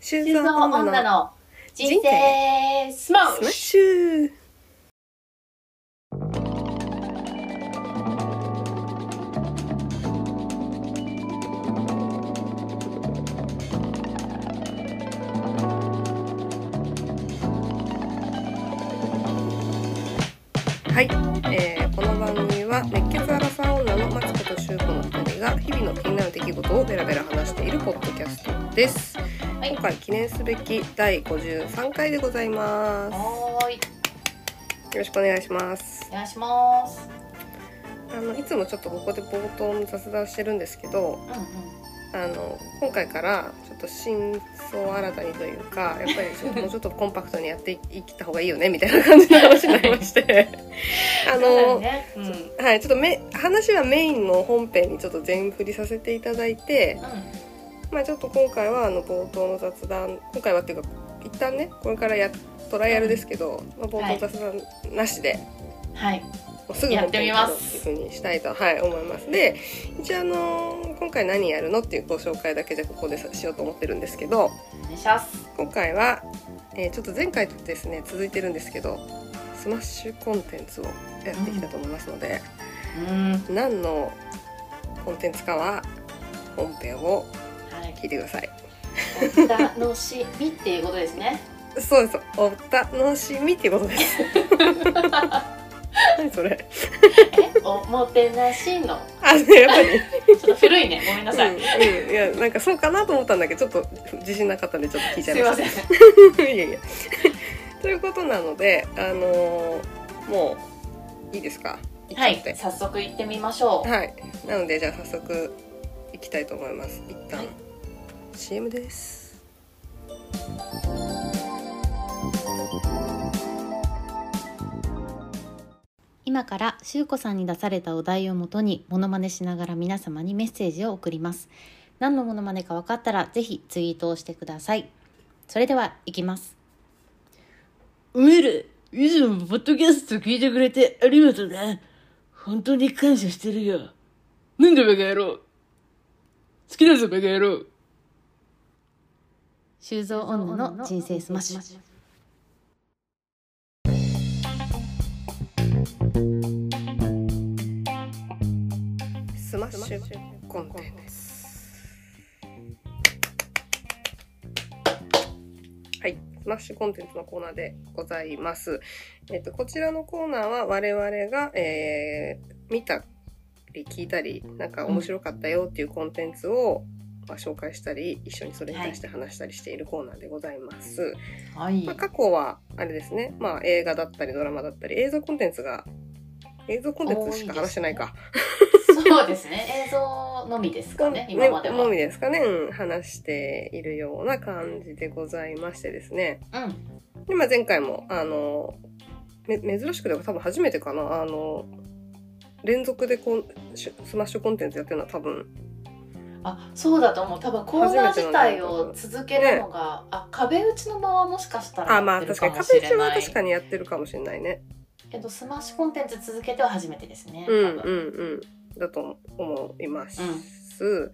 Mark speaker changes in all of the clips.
Speaker 1: シュ
Speaker 2: シューズ
Speaker 1: 女
Speaker 2: 女
Speaker 1: の
Speaker 2: の人生スマ
Speaker 1: ス
Speaker 2: ッ
Speaker 1: マッ
Speaker 2: シュ
Speaker 1: シュはい、えーこの番組は熱血アラサー女のマツコとシュウコの2人が日々の気になる出来事をベラベラ話しているポッドキャストです、
Speaker 2: い
Speaker 1: 今回記念すべき第53回でございます
Speaker 2: はーい
Speaker 1: よろしくお願いします
Speaker 2: お願いします
Speaker 1: あのいつもちょっとここで冒頭の雑談してるんですけど
Speaker 2: うんうん
Speaker 1: あの今回からちょっと真相新たにというかやっぱりちょっともうちょっとコンパクトにやっていいった方がいいよねみたいな感じの話になりまして あ
Speaker 2: そう
Speaker 1: の、
Speaker 2: だねうんうん
Speaker 1: はい、ちょっとめ話はメインの本編にちょっと全振りさせていただいて、まあ、ちょっと今回はあの冒頭の雑談今回はっていうか一旦ねこれからやトライアルですけど、まあ、冒頭雑談なしで、
Speaker 2: はい
Speaker 1: もうすぐ
Speaker 2: やってみます
Speaker 1: 本当にやるっていうふうにしたいと、はい、思いますで一応あのー今回何やるのっていうご紹介だけじゃここでしようと思ってるんですけど
Speaker 2: お願いします
Speaker 1: 今回は、えーちょっと前回とですね続いてるんですけどスマッシュコンテンツをやってきたと思いますので、
Speaker 2: うんは
Speaker 1: 何のコンテンツかは本編を聞いてください
Speaker 2: いお楽しみっていうことです ね
Speaker 1: そうですお楽しみっていうことです 何それ
Speaker 2: えおもてなしの
Speaker 1: あねやっぱり
Speaker 2: ちょっと古いねごめんなさい、
Speaker 1: うんうん、いやなんかそうかなと思ったんだけどちょっと自信なかったんでちょっと聞いちゃ
Speaker 2: す
Speaker 1: い
Speaker 2: い
Speaker 1: ま
Speaker 2: ま
Speaker 1: し
Speaker 2: せ
Speaker 1: た
Speaker 2: ん
Speaker 1: いやいやということなのであのーもういいですか行っ
Speaker 2: は
Speaker 1: ちゃって
Speaker 2: い早速行ってみましょう
Speaker 1: はい、なのでじゃあ早速行きたいと思います一旦、
Speaker 2: はい
Speaker 1: CM です
Speaker 3: 今からしゅうこさんに出されたお題をもとにモノマネしながら皆様にメッセージを送ります何のモノマネか分かったらぜひツイートをしてくださいそれではいきます
Speaker 4: メル、いつもポッドキャスト聞いてくれてありがとうな。本当に感謝してるよ。なんでバカ野郎好きだぞバカ野郎
Speaker 3: 修造女の人生スマッシュ
Speaker 1: スマッシュコンテンツはい、スマッシュコンテンツのコーナーでございます。えっと、こちらのコーナーは我々が、えー見たり聞いたり、なんか面白かったよっていうコンテンツを、まあ、紹介したり、一緒にそれに対して話したりしているコーナーでございます。
Speaker 2: はい
Speaker 1: まあ、過去はあれですね、まあ、映画だったりドラマだったり映像コンテンツが映像コンテンツしか話してないか
Speaker 2: そうですね映像のみですかね今までは、
Speaker 1: のみですかね、うん、話しているような感じでございましてですね
Speaker 2: うん
Speaker 1: で、まあ、前回もあのめ珍しくというか多分初めてかなあの連続でこうしスマッシュコンテンツやってるのは多分
Speaker 2: あそうだと思う多分コーナー自体を続けるのが、あ壁打ちの間はもしかしたら
Speaker 1: あま
Speaker 2: や
Speaker 1: あ
Speaker 2: ってる
Speaker 1: 確かに
Speaker 2: かも
Speaker 1: 壁
Speaker 2: しれ
Speaker 1: 打
Speaker 2: ない
Speaker 1: ちは確かにやってるかもしれないね
Speaker 2: けどスマッシュコンテンツ続けては初めてですね
Speaker 1: うん
Speaker 2: 多
Speaker 1: うん
Speaker 2: 分
Speaker 1: うんだと思います、
Speaker 2: うん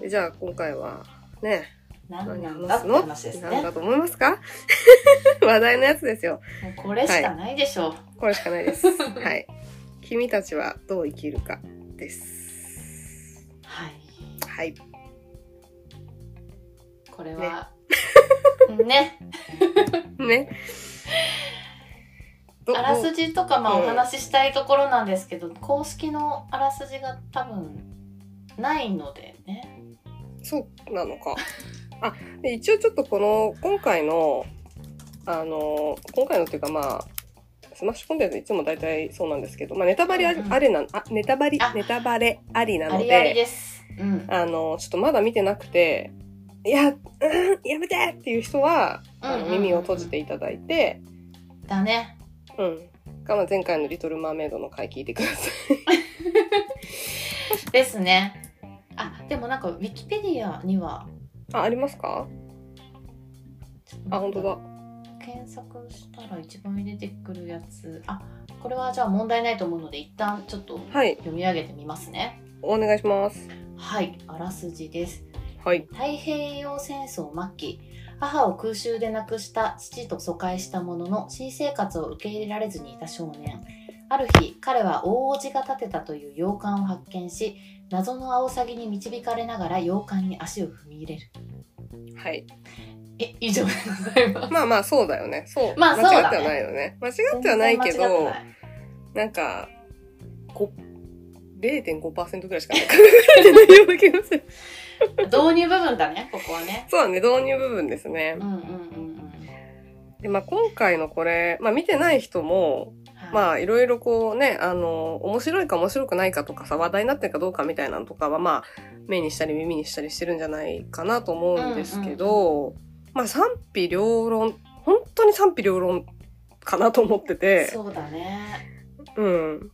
Speaker 1: でじゃあ今回はね
Speaker 2: 何な
Speaker 1: 何
Speaker 2: んだ
Speaker 1: 話す
Speaker 2: って
Speaker 1: の
Speaker 2: 話です
Speaker 1: なん
Speaker 2: ねも
Speaker 1: だと思いますか 話題のやつですよ。
Speaker 2: うこれしかないでしょう、
Speaker 1: これしかない です。はい。君たちはどう生きるかです。
Speaker 2: はい
Speaker 1: はい。
Speaker 2: これは ね
Speaker 1: ね。ど
Speaker 2: あらす
Speaker 1: ど
Speaker 2: じとかまあお話ししたいところなんですけど、公式のあらすじが多分ないのでね
Speaker 1: うそうなのか。あ、で一応ちょっとこの、今回の、あの、今回のっていうかまあ、スマッシュコンテンツいつも大体そうなんですけど、まあネタバレあり
Speaker 2: うんうん
Speaker 1: あれな、あ、ネタバレ
Speaker 2: あ、
Speaker 1: ネタバレありな
Speaker 2: あ
Speaker 1: の
Speaker 2: りあ
Speaker 1: で
Speaker 2: り、ですうん
Speaker 1: あの、ちょっとまだ見てなくて、いや、うん、やめてっていう人は、あ
Speaker 2: うん
Speaker 1: の
Speaker 2: うんうんうん
Speaker 1: 耳を閉じていただいて、
Speaker 2: だね
Speaker 1: うん。か、まあ前回のリトルマーメイドの回聞いてください。
Speaker 2: ですねあでもなんかウィキペディアには
Speaker 1: あ、ありますか
Speaker 2: ちょっと待って
Speaker 1: あ、本当だ。
Speaker 2: 検索したら一番出てくるやつあこれはじゃあ問題ないと思うので一旦ちょっと
Speaker 1: はい。
Speaker 2: 読み上げてみますね
Speaker 1: お願いします。
Speaker 2: はいあらすじです
Speaker 1: はい。
Speaker 2: 太平洋戦争末期母を空襲で亡くした父と疎開したものの新生活を受け入れられずにいた少年ある日彼は大王子が建てたという洋館を発見し謎のアオサギに導かれながら洋館に足を踏み入れる
Speaker 1: はい。
Speaker 2: え以上でございます
Speaker 1: まあまあ、そうだよね。そう。
Speaker 2: まあそう
Speaker 1: 間違
Speaker 2: だ
Speaker 1: って
Speaker 2: ね
Speaker 1: はないよね。間違ってはないけ
Speaker 2: 全然
Speaker 1: ど
Speaker 2: 間違っ、てない
Speaker 1: なんか、こ0.5%ぐらいしか考えてないような気がする。
Speaker 2: 導入部分だねここはね
Speaker 1: そうだね、導入部分ですね
Speaker 2: うん。うんうん
Speaker 1: で、まあ今回のこれ、まあ見てない人も、
Speaker 2: うん
Speaker 1: ま
Speaker 2: あ
Speaker 1: あいろいろこうね、あの、面白いか面白くないかとかさ、話題になってるかどうかみたいなのとかは、まあ目にしたり耳にしたりしてるんじゃないかなと思うんですけど、まあ賛否両論、本当に賛否両論かなと思ってて、
Speaker 2: そうだね
Speaker 1: うん。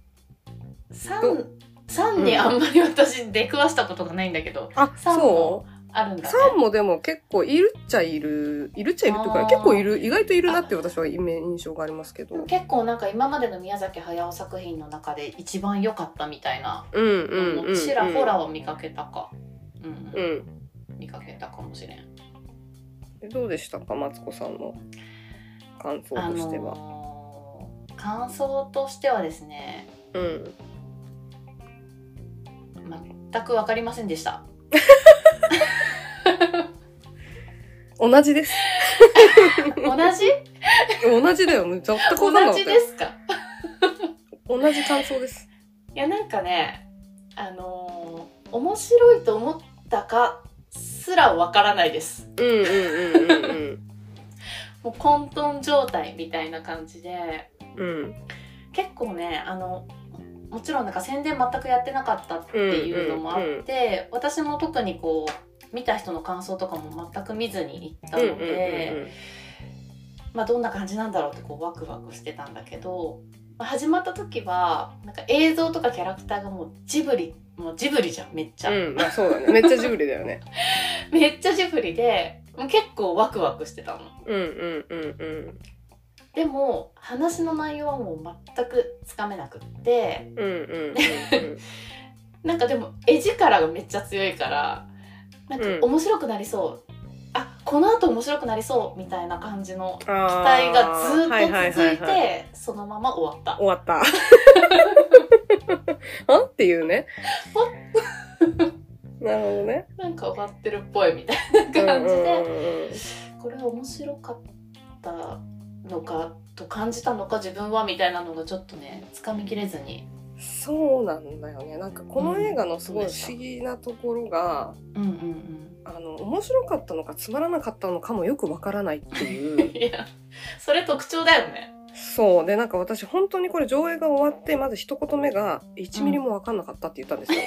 Speaker 2: 3三にあんまり私出くわしたことがないんだけど、
Speaker 1: あ、
Speaker 2: 三
Speaker 1: そ
Speaker 2: も
Speaker 1: う
Speaker 2: あるんだね
Speaker 1: ?3 もでも結構いるっちゃいる、いるっちゃいるっていう
Speaker 2: あ
Speaker 1: か、
Speaker 2: ー
Speaker 1: 結構いる、意外といるなって私はイメ印象がありますけど。
Speaker 2: で
Speaker 1: う
Speaker 2: も
Speaker 1: ん
Speaker 2: 結構なんか今までの宮崎駿作品の中で一番良かったみたいな、
Speaker 1: うん
Speaker 2: う
Speaker 1: うん、うん。
Speaker 2: ちらほらを見かけたか、うん
Speaker 1: う
Speaker 2: うん
Speaker 1: ん。
Speaker 2: 見かけたかもしれん。
Speaker 1: でどうでしたか、マツコさんの感想
Speaker 2: あ
Speaker 1: としては。
Speaker 2: のー感想としてはですね
Speaker 1: うん。
Speaker 2: 全く分かりません でした。
Speaker 1: 同じです。
Speaker 2: 同じ
Speaker 1: 同じだよ。 全く同
Speaker 2: 同じですか
Speaker 1: 同じ感想です。
Speaker 2: いやなんかねあのー面白いと思ったかすら分からないです。
Speaker 1: うんうんうんうん
Speaker 2: もう混沌状態みたいな感じで
Speaker 1: うん。うん。
Speaker 2: 結構ねあのもちろんなんか宣伝全くやってなかったっていうのもあって、私も特にこう見た人の感想とかも全く見ずに行った
Speaker 1: うんうん
Speaker 2: ので、まあ、どんな感じなんだろうってこうワクワクしてたんだけど、まあ、始まった時はなんか映像とかキャラクターがもうジブリもうジブリじゃんめっちゃ、
Speaker 1: うん。うん。まあそうだね。めっちゃジブリだよね。
Speaker 2: めっちゃジブリでもう結構ワクワクしてたの。
Speaker 1: うんうんうん
Speaker 2: でも話の内容はもう全くつかめなくって
Speaker 1: うん。うんうんうん
Speaker 2: なんかでも絵力がめっちゃ強いからなんか
Speaker 1: うん
Speaker 2: 面白くなりそう、あこの後面白くなりそうみたいな感じの
Speaker 1: うん。
Speaker 2: 期
Speaker 1: あ
Speaker 2: 待が
Speaker 1: ー
Speaker 2: ず
Speaker 1: はいは
Speaker 2: っと
Speaker 1: は
Speaker 2: 続い
Speaker 1: は
Speaker 2: てそのまま終わった
Speaker 1: 終わった。 あんっていう ね。なるほどね。
Speaker 2: なんか終わってるっぽいみたいな感じ
Speaker 1: うんう
Speaker 2: で
Speaker 1: んうんうん
Speaker 2: これ面白かったのかと感じたのか自分はみたいなのがちょっとねつかみきれずに、
Speaker 1: そうなんだよね。なんかこの映画のすごい不思議なところが、
Speaker 2: うんうん
Speaker 1: あの面白かったのかつまらなかったのかもよくわからないっていう
Speaker 2: うん、。いやそれ特徴だよね
Speaker 1: そう。で、なんか私本当にこれ上映が終わって、まず一言目が、1ミリもわかんなかったって言ったん ですよ。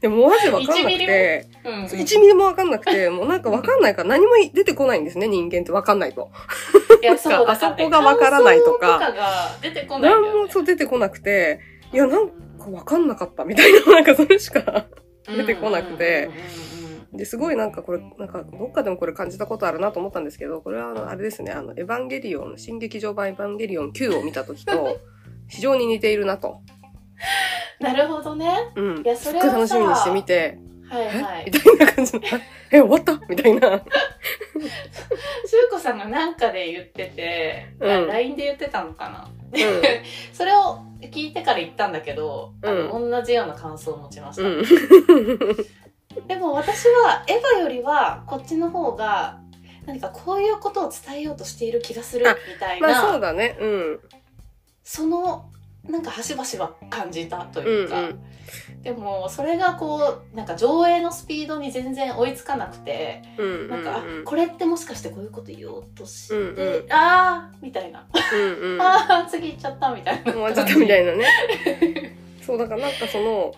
Speaker 1: でもマジわかんなくて、
Speaker 2: うんうん、
Speaker 1: 1ミリもわかんなくて、もうなんかわかんないから何も出てこないんですね、人間ってわかんないと。
Speaker 2: いやそうだら
Speaker 1: あそこがわからないとか
Speaker 2: 感想とかが出てこないんだ
Speaker 1: 何
Speaker 2: よ
Speaker 1: も
Speaker 2: ね
Speaker 1: そう出てこなくて、いやなん
Speaker 2: か
Speaker 1: わかんなかったみたいな、なんかそれしか。出てこなくてで、すごいなんかこれ、なんかどっかでもこれ感じたことあるなと思ったんですけど、これはあの、あれですね、あの、エヴァンゲリオン、新劇場版エヴァンゲリオン9を見た時と、 非常に似ているなと。
Speaker 2: なるほどね
Speaker 1: うん
Speaker 2: い。や
Speaker 1: す
Speaker 2: そ
Speaker 1: っ
Speaker 2: れ
Speaker 1: ご
Speaker 2: はいさ
Speaker 1: 楽しみにしてみて、
Speaker 2: はいは
Speaker 1: み
Speaker 2: い
Speaker 1: たいな感じの、え、終わったみた いな。
Speaker 2: しゅうこさんがなんかで言ってて、
Speaker 1: うん
Speaker 2: あ LINE で言ってたのかな
Speaker 1: う
Speaker 2: それを聞いてから言ったんだけど、あの同じような感想を持ちました、
Speaker 1: ん。
Speaker 2: でも私はエヴァよりはこっちの方が何かこういうことを伝えようとしている気がする
Speaker 1: あ
Speaker 2: みたいな、
Speaker 1: まあそうだね。うん。
Speaker 2: そのなんか端々は感じたと
Speaker 1: うん
Speaker 2: いう
Speaker 1: う
Speaker 2: か、
Speaker 1: ん。
Speaker 2: でもそれがこうなんか上映のスピードに全然追いつかなくて
Speaker 1: うんうん。
Speaker 2: なんか、あこれってもしかしてこういうこと言おうとして、
Speaker 1: うんう
Speaker 2: ああみたいな、
Speaker 1: うんうん。
Speaker 2: ああ次行っちゃったみたいな
Speaker 1: 終わっちゃったみたいなね。 そう、だからなんかその、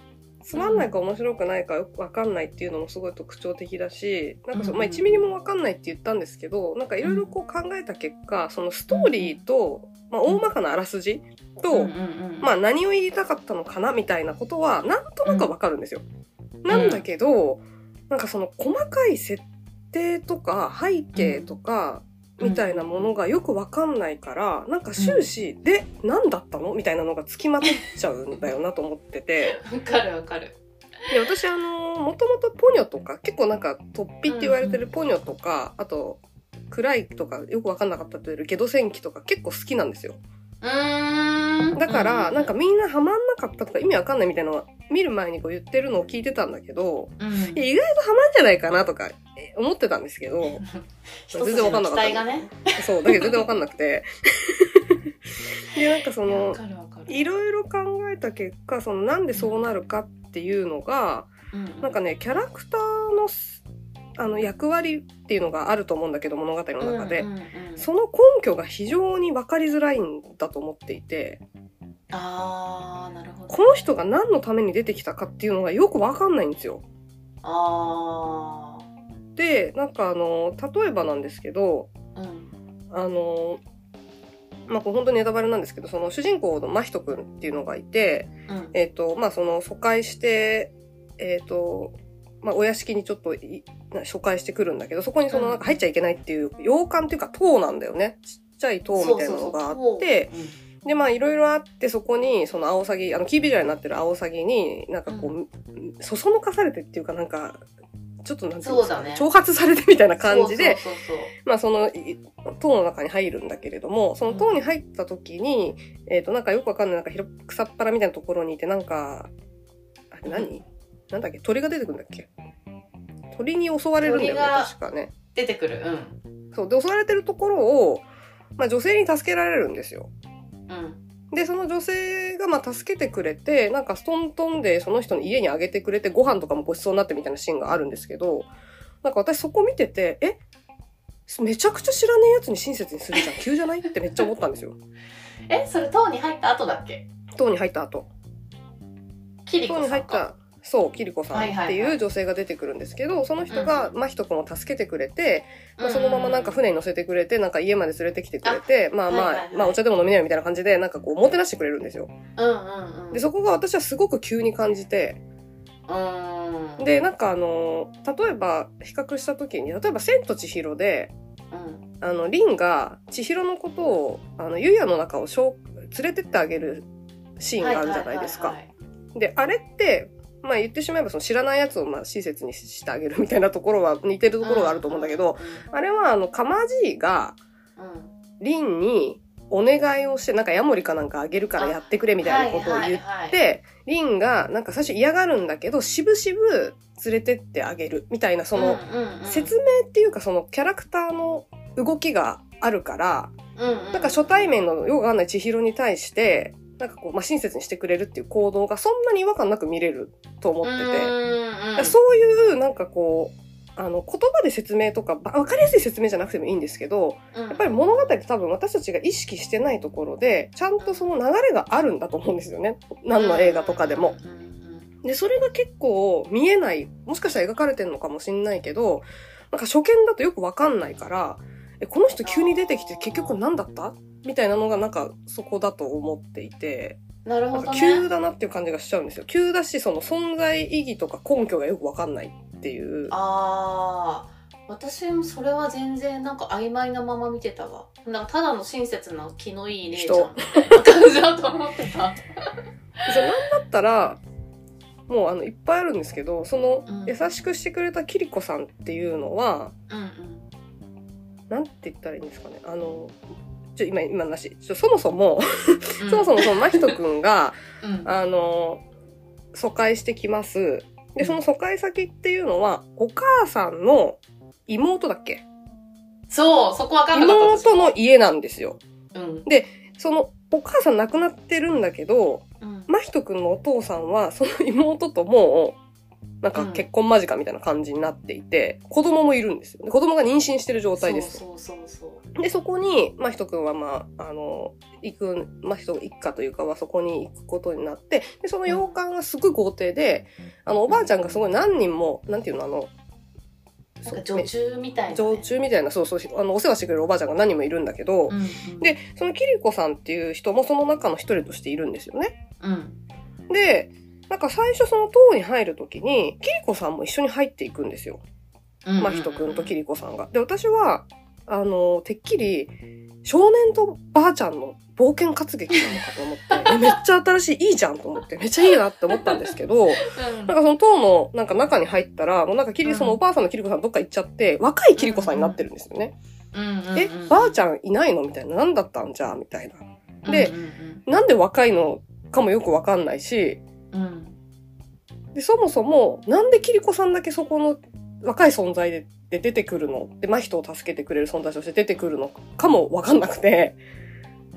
Speaker 1: つまんないか面白くないかよくわかんないっていうのもすごい特徴的だし、なんかそ、
Speaker 2: うん
Speaker 1: まあ1ミリもわかんないって言ったんですけど、なんかいろいろこう考えた結果、そのストーリーと、まあ大まかなあらすじと、
Speaker 2: うんうんうん
Speaker 1: まあ何を言いたかったのかなみたいなことはなんとなくわかるんですよ。なんだけど、なんかその細かい設定とか背景とか
Speaker 2: うん
Speaker 1: みたいなものがよくわかんないから、なんか終始で 何だったのみたいなのがつきまとっちゃうんだよなと思ってて。
Speaker 2: わかるわかる
Speaker 1: で私あのもともとポニョとか結構なんか突飛って言われてるポニョとか、あと暗いとかよく分かんなかったと言われるゲド戦記とか結構好きなんですよ
Speaker 2: うーん
Speaker 1: だから、
Speaker 2: う
Speaker 1: なんかみんなハマんなかったとか意味わかんないみたいなのは見る前にこう言ってるのを聞いてたんだけど
Speaker 2: うん
Speaker 1: いや意外とハマんじゃないかなとかえ思ってたんですけど
Speaker 2: 一
Speaker 1: 全
Speaker 2: 筋
Speaker 1: 然わかん
Speaker 2: の
Speaker 1: な
Speaker 2: 期
Speaker 1: かった
Speaker 2: 待がね
Speaker 1: そうだけど全然わかんなく てでなんかそ
Speaker 2: わ
Speaker 1: の
Speaker 2: かるわかる
Speaker 1: いろいろ考えた結果そのなんでそうなるかっていうのがなんかねキャラクターのすあの役割っていうのがあると思うんだけど物語の中で、
Speaker 2: うんうんうん
Speaker 1: その根拠が非常に分かりづらいんだと思っていて
Speaker 2: あーなるほど
Speaker 1: この人が何のために出てきたかっていうのがよく分かんないんですよ。
Speaker 2: あ
Speaker 1: でなんかあの例えばなんですけど
Speaker 2: ーうん
Speaker 1: あのまあこれ本当にネタバレなんですけどその主人公の真人くんっていうのがいて
Speaker 2: うん
Speaker 1: えっ、とまあその疎開してえっ、とまあ、お屋敷にちょっといな疎開してくるんだけど、そこにそのなんか入っちゃいけないっていう、洋館っていうか塔なんだよね。ちっちゃい塔みたいなのがあって、
Speaker 2: そうそうそう
Speaker 1: で、まあ、いろいろあって、そこに、そのアオサギ、あの、キービジュアルになってるアオサギに、なんかこう、そそのかされてっていうかなんか、ちょっとなんていうんですか、
Speaker 2: そうだね
Speaker 1: 挑発されてみたいな感じで、
Speaker 2: そうそうそう
Speaker 1: まあ、その、い塔の中に入るんだけれども、その塔に入った時に、えっ、と、なんかよくわかんない、なんか広、草っぱらみたいなところにいて、なんか、あれ何、
Speaker 2: うん
Speaker 1: なんだっけ鳥が出てくるんだっけ鳥に襲われるんだよね
Speaker 2: 鳥が、
Speaker 1: 確かね。
Speaker 2: 出てくるうん
Speaker 1: そう。で、襲われてるところを、まあ、女性に助けられるんですよ。
Speaker 2: うん
Speaker 1: で、その女性がまあ助けてくれて、なんかストントンでその人の家にあげてくれて、ご飯とかもごちそうになってみたいなシーンがあるんですけど、なんか私そこ見てて、えめちゃくちゃ知らねえやつに親切にするじゃん。急じゃないってめっちゃ思ったん ですよ。
Speaker 2: えそれ塔に入った後だっけ
Speaker 1: 塔に入った後。
Speaker 2: キリコ
Speaker 1: 塔に
Speaker 2: さ
Speaker 1: 入っ
Speaker 2: んか
Speaker 1: た、そう、キリコさんっ
Speaker 2: は
Speaker 1: て
Speaker 2: い
Speaker 1: い
Speaker 2: はいは
Speaker 1: う
Speaker 2: い
Speaker 1: 女性が出てくるんですけど、その人が
Speaker 2: う
Speaker 1: 真人君を助けてくれて、まあ
Speaker 2: うん
Speaker 1: そのままなんか船に乗せてくれて、なんか家まで連れてきてくれて、まあまあ、
Speaker 2: はいはいはい
Speaker 1: まあお茶でも飲みなよみたいな感じで、なんかこう、もてなしてくれるんですよ。
Speaker 2: うんうんうん
Speaker 1: で、そこが私はすごく急に感じて、
Speaker 2: うーん
Speaker 1: でなんかあの例えば比較した時に例えば「千と千尋で」
Speaker 2: うん
Speaker 1: あのリンが千尋のことをあの湯屋の中をしょう連れてってあげるシーンがあるじゃないです
Speaker 2: は
Speaker 1: か
Speaker 2: は。いはいはい
Speaker 1: であれってまあ言ってしまえばその知らないやつをまあ親切にしてあげるみたいなところは似てるところがあると思うんだけど、あれはあのかまじいが
Speaker 2: うんうん
Speaker 1: リンにお願いをしてなんかヤモリかなんかあげるからやってくれみたいなことを言っ
Speaker 2: はいはいはい
Speaker 1: で、リンが、なんか最初嫌がるんだけど、しぶしぶ連れてってあげる、みたいな、その、
Speaker 2: うんうんうん
Speaker 1: 説明っていうか、その、キャラクターの動きがあるから、
Speaker 2: うんうん
Speaker 1: なんか初対面のよくわかんない千尋に対して、なんかこう、まあ、親切にしてくれるっていう行動が、そんなに違和感なく見れると思ってて、
Speaker 2: う
Speaker 1: だか
Speaker 2: んうんう
Speaker 1: ら
Speaker 2: ん
Speaker 1: そういう、なんかこう、あの、言葉で説明とか、ばわかりやすい説明じゃなくてもいいんですけど、
Speaker 2: うん
Speaker 1: やっぱり物語って多分私たちが意識してないところで、ちゃんとその流れがあるんだと思うんですよね。何の映画とかでも。
Speaker 2: うんうん
Speaker 1: で、それが結構見えない、もしかしたら描かれてるのかもしんないけど、なんか初見だとよくわかんないから、え、この人急に出てきて結局何だったみたいなのがなんかそこだと思っていて、
Speaker 2: うんなる
Speaker 1: な
Speaker 2: ほ
Speaker 1: んか
Speaker 2: ど
Speaker 1: 急
Speaker 2: ね
Speaker 1: だなっていう感じがしちゃうんですよ。急だし、その存在意義とか根拠がよくわかんないっていう。
Speaker 2: ああ私もそれは全然なんか曖昧なまま見てたわなんかただの親切な気のいい姉ちゃんみたいな感じだと思ってた
Speaker 1: それなんだったら、もうあのいっぱいあるんですけど、その
Speaker 2: うん
Speaker 1: 優しくしてくれたキリコさんっていうのは、
Speaker 2: うんうん
Speaker 1: なんて言ったらいいんですかね。あの、ちょ、今、今なし。ちょ、そもそも、
Speaker 2: う ん
Speaker 1: そもそもその真人くんが、
Speaker 2: うん
Speaker 1: あの、疎開してきます。で、その疎開先っていうのは、お母さんの妹だっけ
Speaker 2: そうそこわかんなかった私
Speaker 1: 妹の家なんですよ。
Speaker 2: うん
Speaker 1: その、お母さん亡くなってるんだけど、
Speaker 2: うん
Speaker 1: 真人くんのお父さんは、その妹ともう、なんか結婚間近みたいな感じになっていて、子供もいるんですよ。で子供が妊娠してる状態です。
Speaker 2: そうそうそうそう
Speaker 1: で、そこに、まあ、ひとくんは、まあ、あの、行く、まあ、ひと一家というかは、そこに行くことになって、で、その洋館がすごい豪邸で、あの、おばあちゃんがすごい何人も、なんていうの、あの、
Speaker 2: なん
Speaker 1: そ
Speaker 2: か
Speaker 1: う
Speaker 2: 女中みたいなね
Speaker 1: 常駐みたいな、そうそう、あの、お世話してくれるおばあちゃんが何人もいるんだけど
Speaker 2: う、んうん
Speaker 1: で、そのキリコさんっていう人もその中の一人としているんですよね。
Speaker 2: うん
Speaker 1: で、なんか最初その塔に入るときに、キリコさんも一緒に入っていくんですよ。
Speaker 2: うん
Speaker 1: まあ、ひとくんとキリコさんが。で、私は、あの、てっきり、少年とばあちゃんの冒険活劇なのかと思って、 えめっちゃ新しい、いいじゃんと思って、めっちゃいいなって思ったんですけ ど、なんかその塔のなんか中に入ったら、もうなんかキリ、そのおばあさんのキリコさんどっか行っちゃって、若いキリコさんになってるんですよね。え、ばあちゃんいないのみたいな。何だったんじゃあみたいな。でなんで若いのかもよくわかんないし、で、そもそも、なんでキリコさんだけそこの若い存在でで出てくるので、まあ人を助けてくれる存在として出てくるのかもわかんなくて、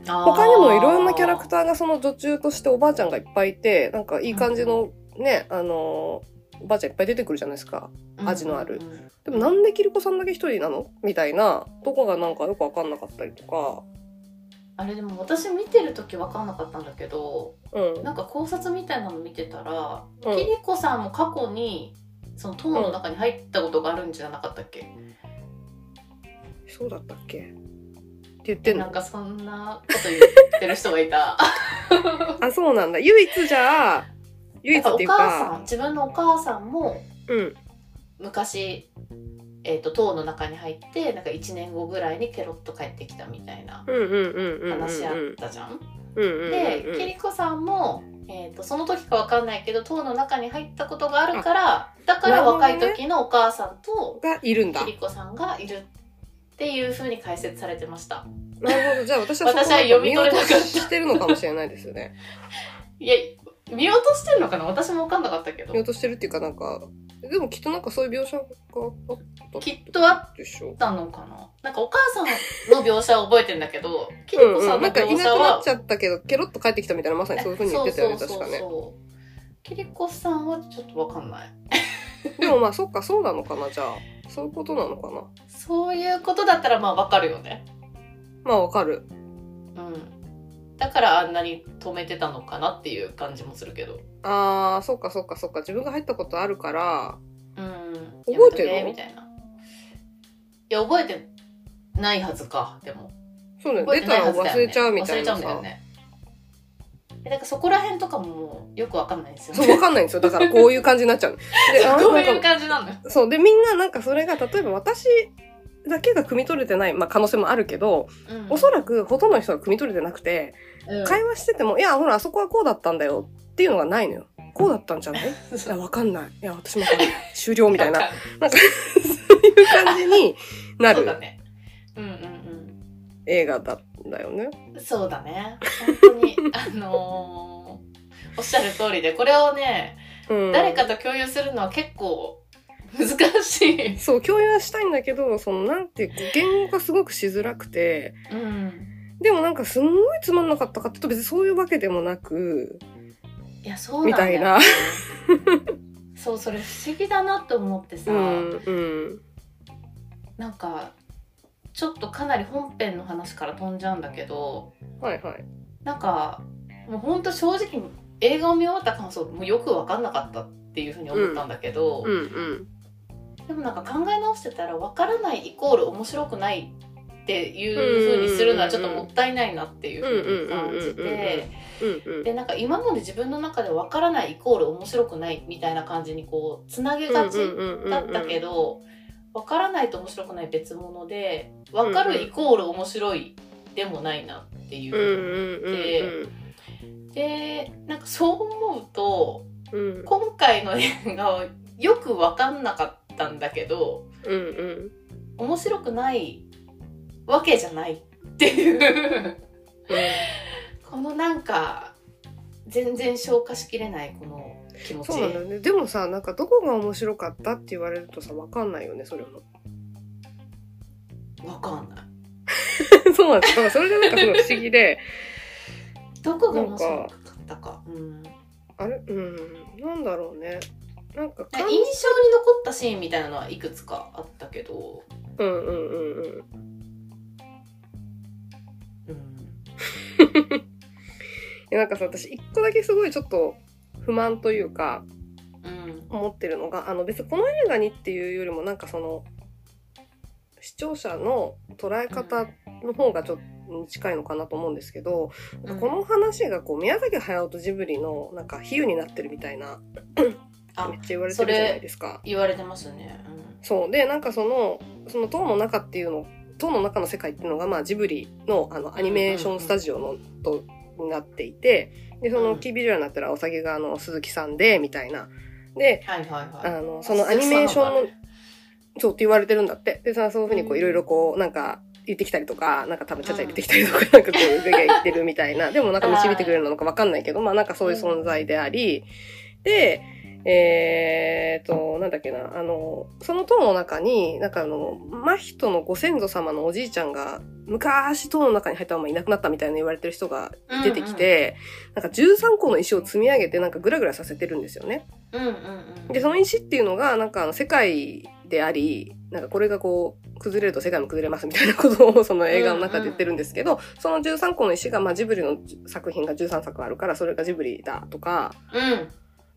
Speaker 1: 他にもいろんなキャラク
Speaker 2: タ
Speaker 1: ターがその女中としておばあちゃんがいっぱいいて、なんかいい感じのね、あのー、おばあちゃんいっぱい出てくるじゃないですか。味のあるでもなんでキリコさんだけ一人なのみたいな、どこがなんかよくわかんなかったりとか、
Speaker 2: あれでも私見てる時分かんなかったんだけど
Speaker 1: うん。
Speaker 2: なんか考察みたいなの見てたら、
Speaker 1: うん
Speaker 2: キリコさんも過去にその塔の中に入ったことがあるんじゃなかったっけ、
Speaker 1: そうだったっけって言ってん
Speaker 2: なん
Speaker 1: の
Speaker 2: かそんなこと言ってる人が いた
Speaker 1: あ、そうなんだ。唯一じゃあ、唯一
Speaker 2: なんか
Speaker 1: っ
Speaker 2: お
Speaker 1: ていう
Speaker 2: 母さ
Speaker 1: か、
Speaker 2: ん自分のお母さんも
Speaker 1: うん。
Speaker 2: 昔、えー、と塔の中に入ってなんか1年後ぐらいにケロッと帰ってきたみたいな
Speaker 1: うんうんうんうんうんうん。
Speaker 2: 話あったじゃん。
Speaker 1: うんうんうんうん。
Speaker 2: でキリコさんも、えー、とその時かわかんないけど塔の中に入ったことがあるからだから若い時のお母さんと
Speaker 1: がいるんだ
Speaker 2: キ。リコさんがいるっていうふうに解説されてました。
Speaker 1: なるほど。じゃあ私はそこ
Speaker 2: 私は読み取れなかった
Speaker 1: 見落としてるのかもしれないですよね。
Speaker 2: いや見落としてるのかな私も分かんなかったけど
Speaker 1: 見落としてるっていうかなんか、でもきっとなんかそういう描写があった
Speaker 2: きっとあっ
Speaker 1: でしょ。
Speaker 2: たのかななんかお母さんの描写は覚えてんだけどキリ
Speaker 1: うん
Speaker 2: コ
Speaker 1: う
Speaker 2: さ
Speaker 1: ん、
Speaker 2: ん
Speaker 1: な
Speaker 2: の
Speaker 1: んかい
Speaker 2: 描
Speaker 1: なく
Speaker 2: 写
Speaker 1: な
Speaker 2: は
Speaker 1: っちゃったけど、ケロッと帰ってきたみたいな、まさにそういう風に言ってたよね、
Speaker 2: そうそ
Speaker 1: 確
Speaker 2: う
Speaker 1: か
Speaker 2: そ
Speaker 1: ね。
Speaker 2: うそうキリコさんはちょっとわかんない
Speaker 1: でもまあ、そっか、そうなのかな、じゃあ。そういうことなのかな。
Speaker 2: そういうことだったらまあわかるよね
Speaker 1: まあ、わかる。
Speaker 2: うんだからあんなに止めてたのかなっていう感じもするけど
Speaker 1: あー、そっかそっかそっか。自分が入ったことあるから、
Speaker 2: うん
Speaker 1: 覚えてる
Speaker 2: やめとけみたいないや覚えてないはずかでも
Speaker 1: そうね、
Speaker 2: 覚え
Speaker 1: 出
Speaker 2: てな
Speaker 1: た
Speaker 2: い
Speaker 1: ら
Speaker 2: はずだよね
Speaker 1: 忘れちゃうみたいな
Speaker 2: 忘れちゃうん
Speaker 1: さ
Speaker 2: だよ。ねえだからそこら辺とかももうよくわかんないんですよ
Speaker 1: そう、
Speaker 2: ね
Speaker 1: わかんないんですよ。だからこういう感じになっちゃうの。で、あ
Speaker 2: こう
Speaker 1: ないん
Speaker 2: う
Speaker 1: か、
Speaker 2: 感じなのよ
Speaker 1: そう。で、みんななんかそれが、例えば私だけが汲み取れてない、まあ可能性もあるけど、
Speaker 2: うん
Speaker 1: おそらくほとんどの人が汲み取れてなくて、
Speaker 2: うん
Speaker 1: 会話してても、いや、ほら、あそこはこうだったんだよっていうのがないのよ。こうだったんじゃ ないいや、わかんない。いや、私もわかんない。終了みたいな、
Speaker 2: わ
Speaker 1: い
Speaker 2: か
Speaker 1: う感じにな
Speaker 2: そう
Speaker 1: る
Speaker 2: だねうんうんうん
Speaker 1: 映画だったんだよね。
Speaker 2: そうだね。本当に、あのーおっしゃる通りで、これをね、
Speaker 1: うん。
Speaker 2: 誰かと共有するのは結構難しい。
Speaker 1: そう、共有はしたいんだけど、その、なんていうか、言語化すごくしづらくて、
Speaker 2: うん。
Speaker 1: でもなんかすんごいつまんなかったかっていうと別にそういうわけでもなく、
Speaker 2: いや、そうなんだよ、ね。そう、それ不思議だなと思ってさ、
Speaker 1: うん、うん。
Speaker 2: なんか、ちょっとかなり本編の話から飛んじゃうんだけど、
Speaker 1: はいはい。
Speaker 2: なんか、もう本当正直に映画を見終わった感想、もうよくわかんなかったっていうふうに思ったんだけど、
Speaker 1: うんうん。
Speaker 2: でもなんか考え直してたら分からないイコール面白くないっていう風にするのはちょっともったいないなっていう風に感じ
Speaker 1: うんうんうんうん
Speaker 2: て
Speaker 1: うんうん。
Speaker 2: でなんか今まで自分の中で分からないイコール面白くないみたいな感じにこうつなげがちだったけ
Speaker 1: ど。
Speaker 2: ど分からないと面白くない別物で分かるイコール面白いでもないなってい
Speaker 1: うんうん
Speaker 2: う。
Speaker 1: うん
Speaker 2: でなんかそう思うと
Speaker 1: うん。うん
Speaker 2: 今回の映画はよく分かんなかったんだけど。
Speaker 1: うんうん。
Speaker 2: 面白くないわけじゃないっていう このなんか全然消化しきれないこの気持ち
Speaker 1: そうなんだよね。でもさ、なんかどこが面白かったって言われるとさ、わかんないよね、それも。
Speaker 2: わかんな い
Speaker 1: そうなんです。だから それでなんかすごい不思議で、
Speaker 2: どこが面白かったかうん、なんか
Speaker 1: あれうん、なんだろうね。なんか
Speaker 2: 印
Speaker 1: 感
Speaker 2: 象に残ったシーンみたいなのはいくつかあったけど、
Speaker 1: うんうんうんうん。
Speaker 2: うん、
Speaker 1: いやなんかさ、私一個だけすごいちょっと不満というか、
Speaker 2: うん
Speaker 1: 思ってるのがあの別にこの映画にっていうよりもなんかその視聴者の捉え方の方がちょっと近いのかなと思うんですけど、
Speaker 2: うん
Speaker 1: この話がこう宮崎駿とジブリのなんか比喩になってるみたいな
Speaker 2: あ
Speaker 1: めっちゃ言われてるじゃないですか。
Speaker 2: 言われてますね、
Speaker 1: そうでなんかそのその塔の中っていうの塔の中の世界っていうのが、まあ、ジブリのあのアニメーションスタジオのとになっていてでそのキービジュアルになったらお酒があの鈴木さんでみたいな。で
Speaker 2: はいはい
Speaker 1: あ
Speaker 2: は
Speaker 1: のそのアニメーションのそうって言われてるんだって。で、さ、そういうふうにこう、いろいろこう、なんか、言ってきたりとか、なんか多分ちゃちゃ入れてきたりとか、なんかこう、ギャギャ言ってるみたいな。でもなんか導いてくれるのかわかんないけど、まあなんかそういう存在であり、で、えー、と、なんだっけな、あの、その塔の中に、なんかあの、真人のご先祖様のおじいちゃんが、昔塔の中に入ったままいなくなったみたいな言われてる人が
Speaker 2: い
Speaker 1: 出てき、て、なんか13個の石を積み上げて、なんかグラグラさせてるんですよね。
Speaker 2: うんうんうん、
Speaker 1: でその石っていうのがなんかあの世界でありなんかこれがこう崩れると世界も崩れますみたいなことをその映画の中で言ってるんですけど、その13個の石が、まあ、ジブリの作品が13作あるからそれがジブリだとか
Speaker 2: うん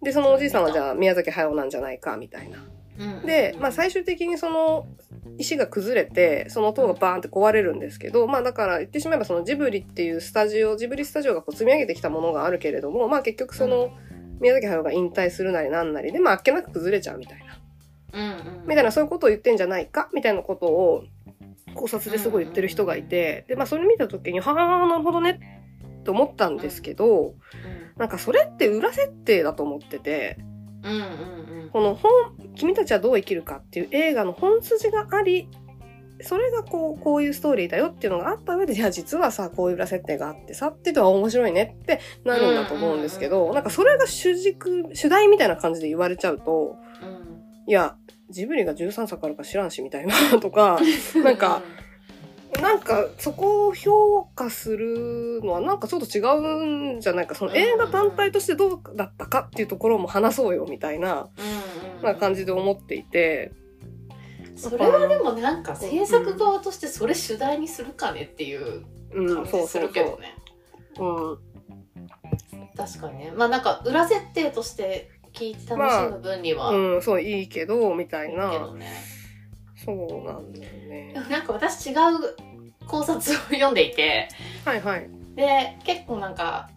Speaker 1: でそのおじいさんはじゃあ宮崎駿なんじゃないかみたいな。
Speaker 2: うんうん、
Speaker 1: で、まあ、最終的にその石が崩れてその塔がバーンって壊れるんですけど、まあ、だから言ってしまえばそのジブリっていうスタジオジブリスタジオがこう積み上げてきたものがあるけれども、まあ、結局その宮崎駿が引退するなりなんなりで、まあ、あっけなく崩れちゃうみたいな。
Speaker 2: うんうん、
Speaker 1: みたいなそういうことを言ってんじゃないかみたいなことを考察ですごい言ってる人がいてで、まあ、それ見た時にはあなるほどねって思ったんですけどなんかそれって裏設定だと思ってて
Speaker 2: うんうんうんうん
Speaker 1: この本「君たちはどう生きるか」っていう映画の本筋がありそれがこうこういうストーリーだよっていうのがあった上でいや実はさこういう裏設定があってさっていうのは面白いねってなるんだと思うんですけど、
Speaker 2: うんうんうん
Speaker 1: なんかそれが主軸主題みたいな感じで言われちゃうと。
Speaker 2: うん
Speaker 1: いや、ジブリが13作あるか知らんし、みたいな、と か、なんか、なんか、そこを評価するのは、なんかちょっと違うんじゃないか、その映画単体としてどうだったかっていうところも話そうよ、みたいな、
Speaker 2: うんうんうん
Speaker 1: な感じで思っていて、
Speaker 2: それはでもなんか制作側としてそれ主題にするかねっていう
Speaker 1: う
Speaker 2: 感
Speaker 1: ん、
Speaker 2: じ
Speaker 1: そう
Speaker 2: す
Speaker 1: そ
Speaker 2: る
Speaker 1: う
Speaker 2: けどね、
Speaker 1: そう。
Speaker 2: 確かにねまあなんか裏設定として聞いて楽しむ分には、
Speaker 1: うん、うん、そう、いいけど、みたい
Speaker 2: いいけ
Speaker 1: な
Speaker 2: ど、ね
Speaker 1: そうなんだよ
Speaker 2: で
Speaker 1: ね。
Speaker 2: もなんか私違う考察を読んでいて
Speaker 1: はいはい。
Speaker 2: で結構なんか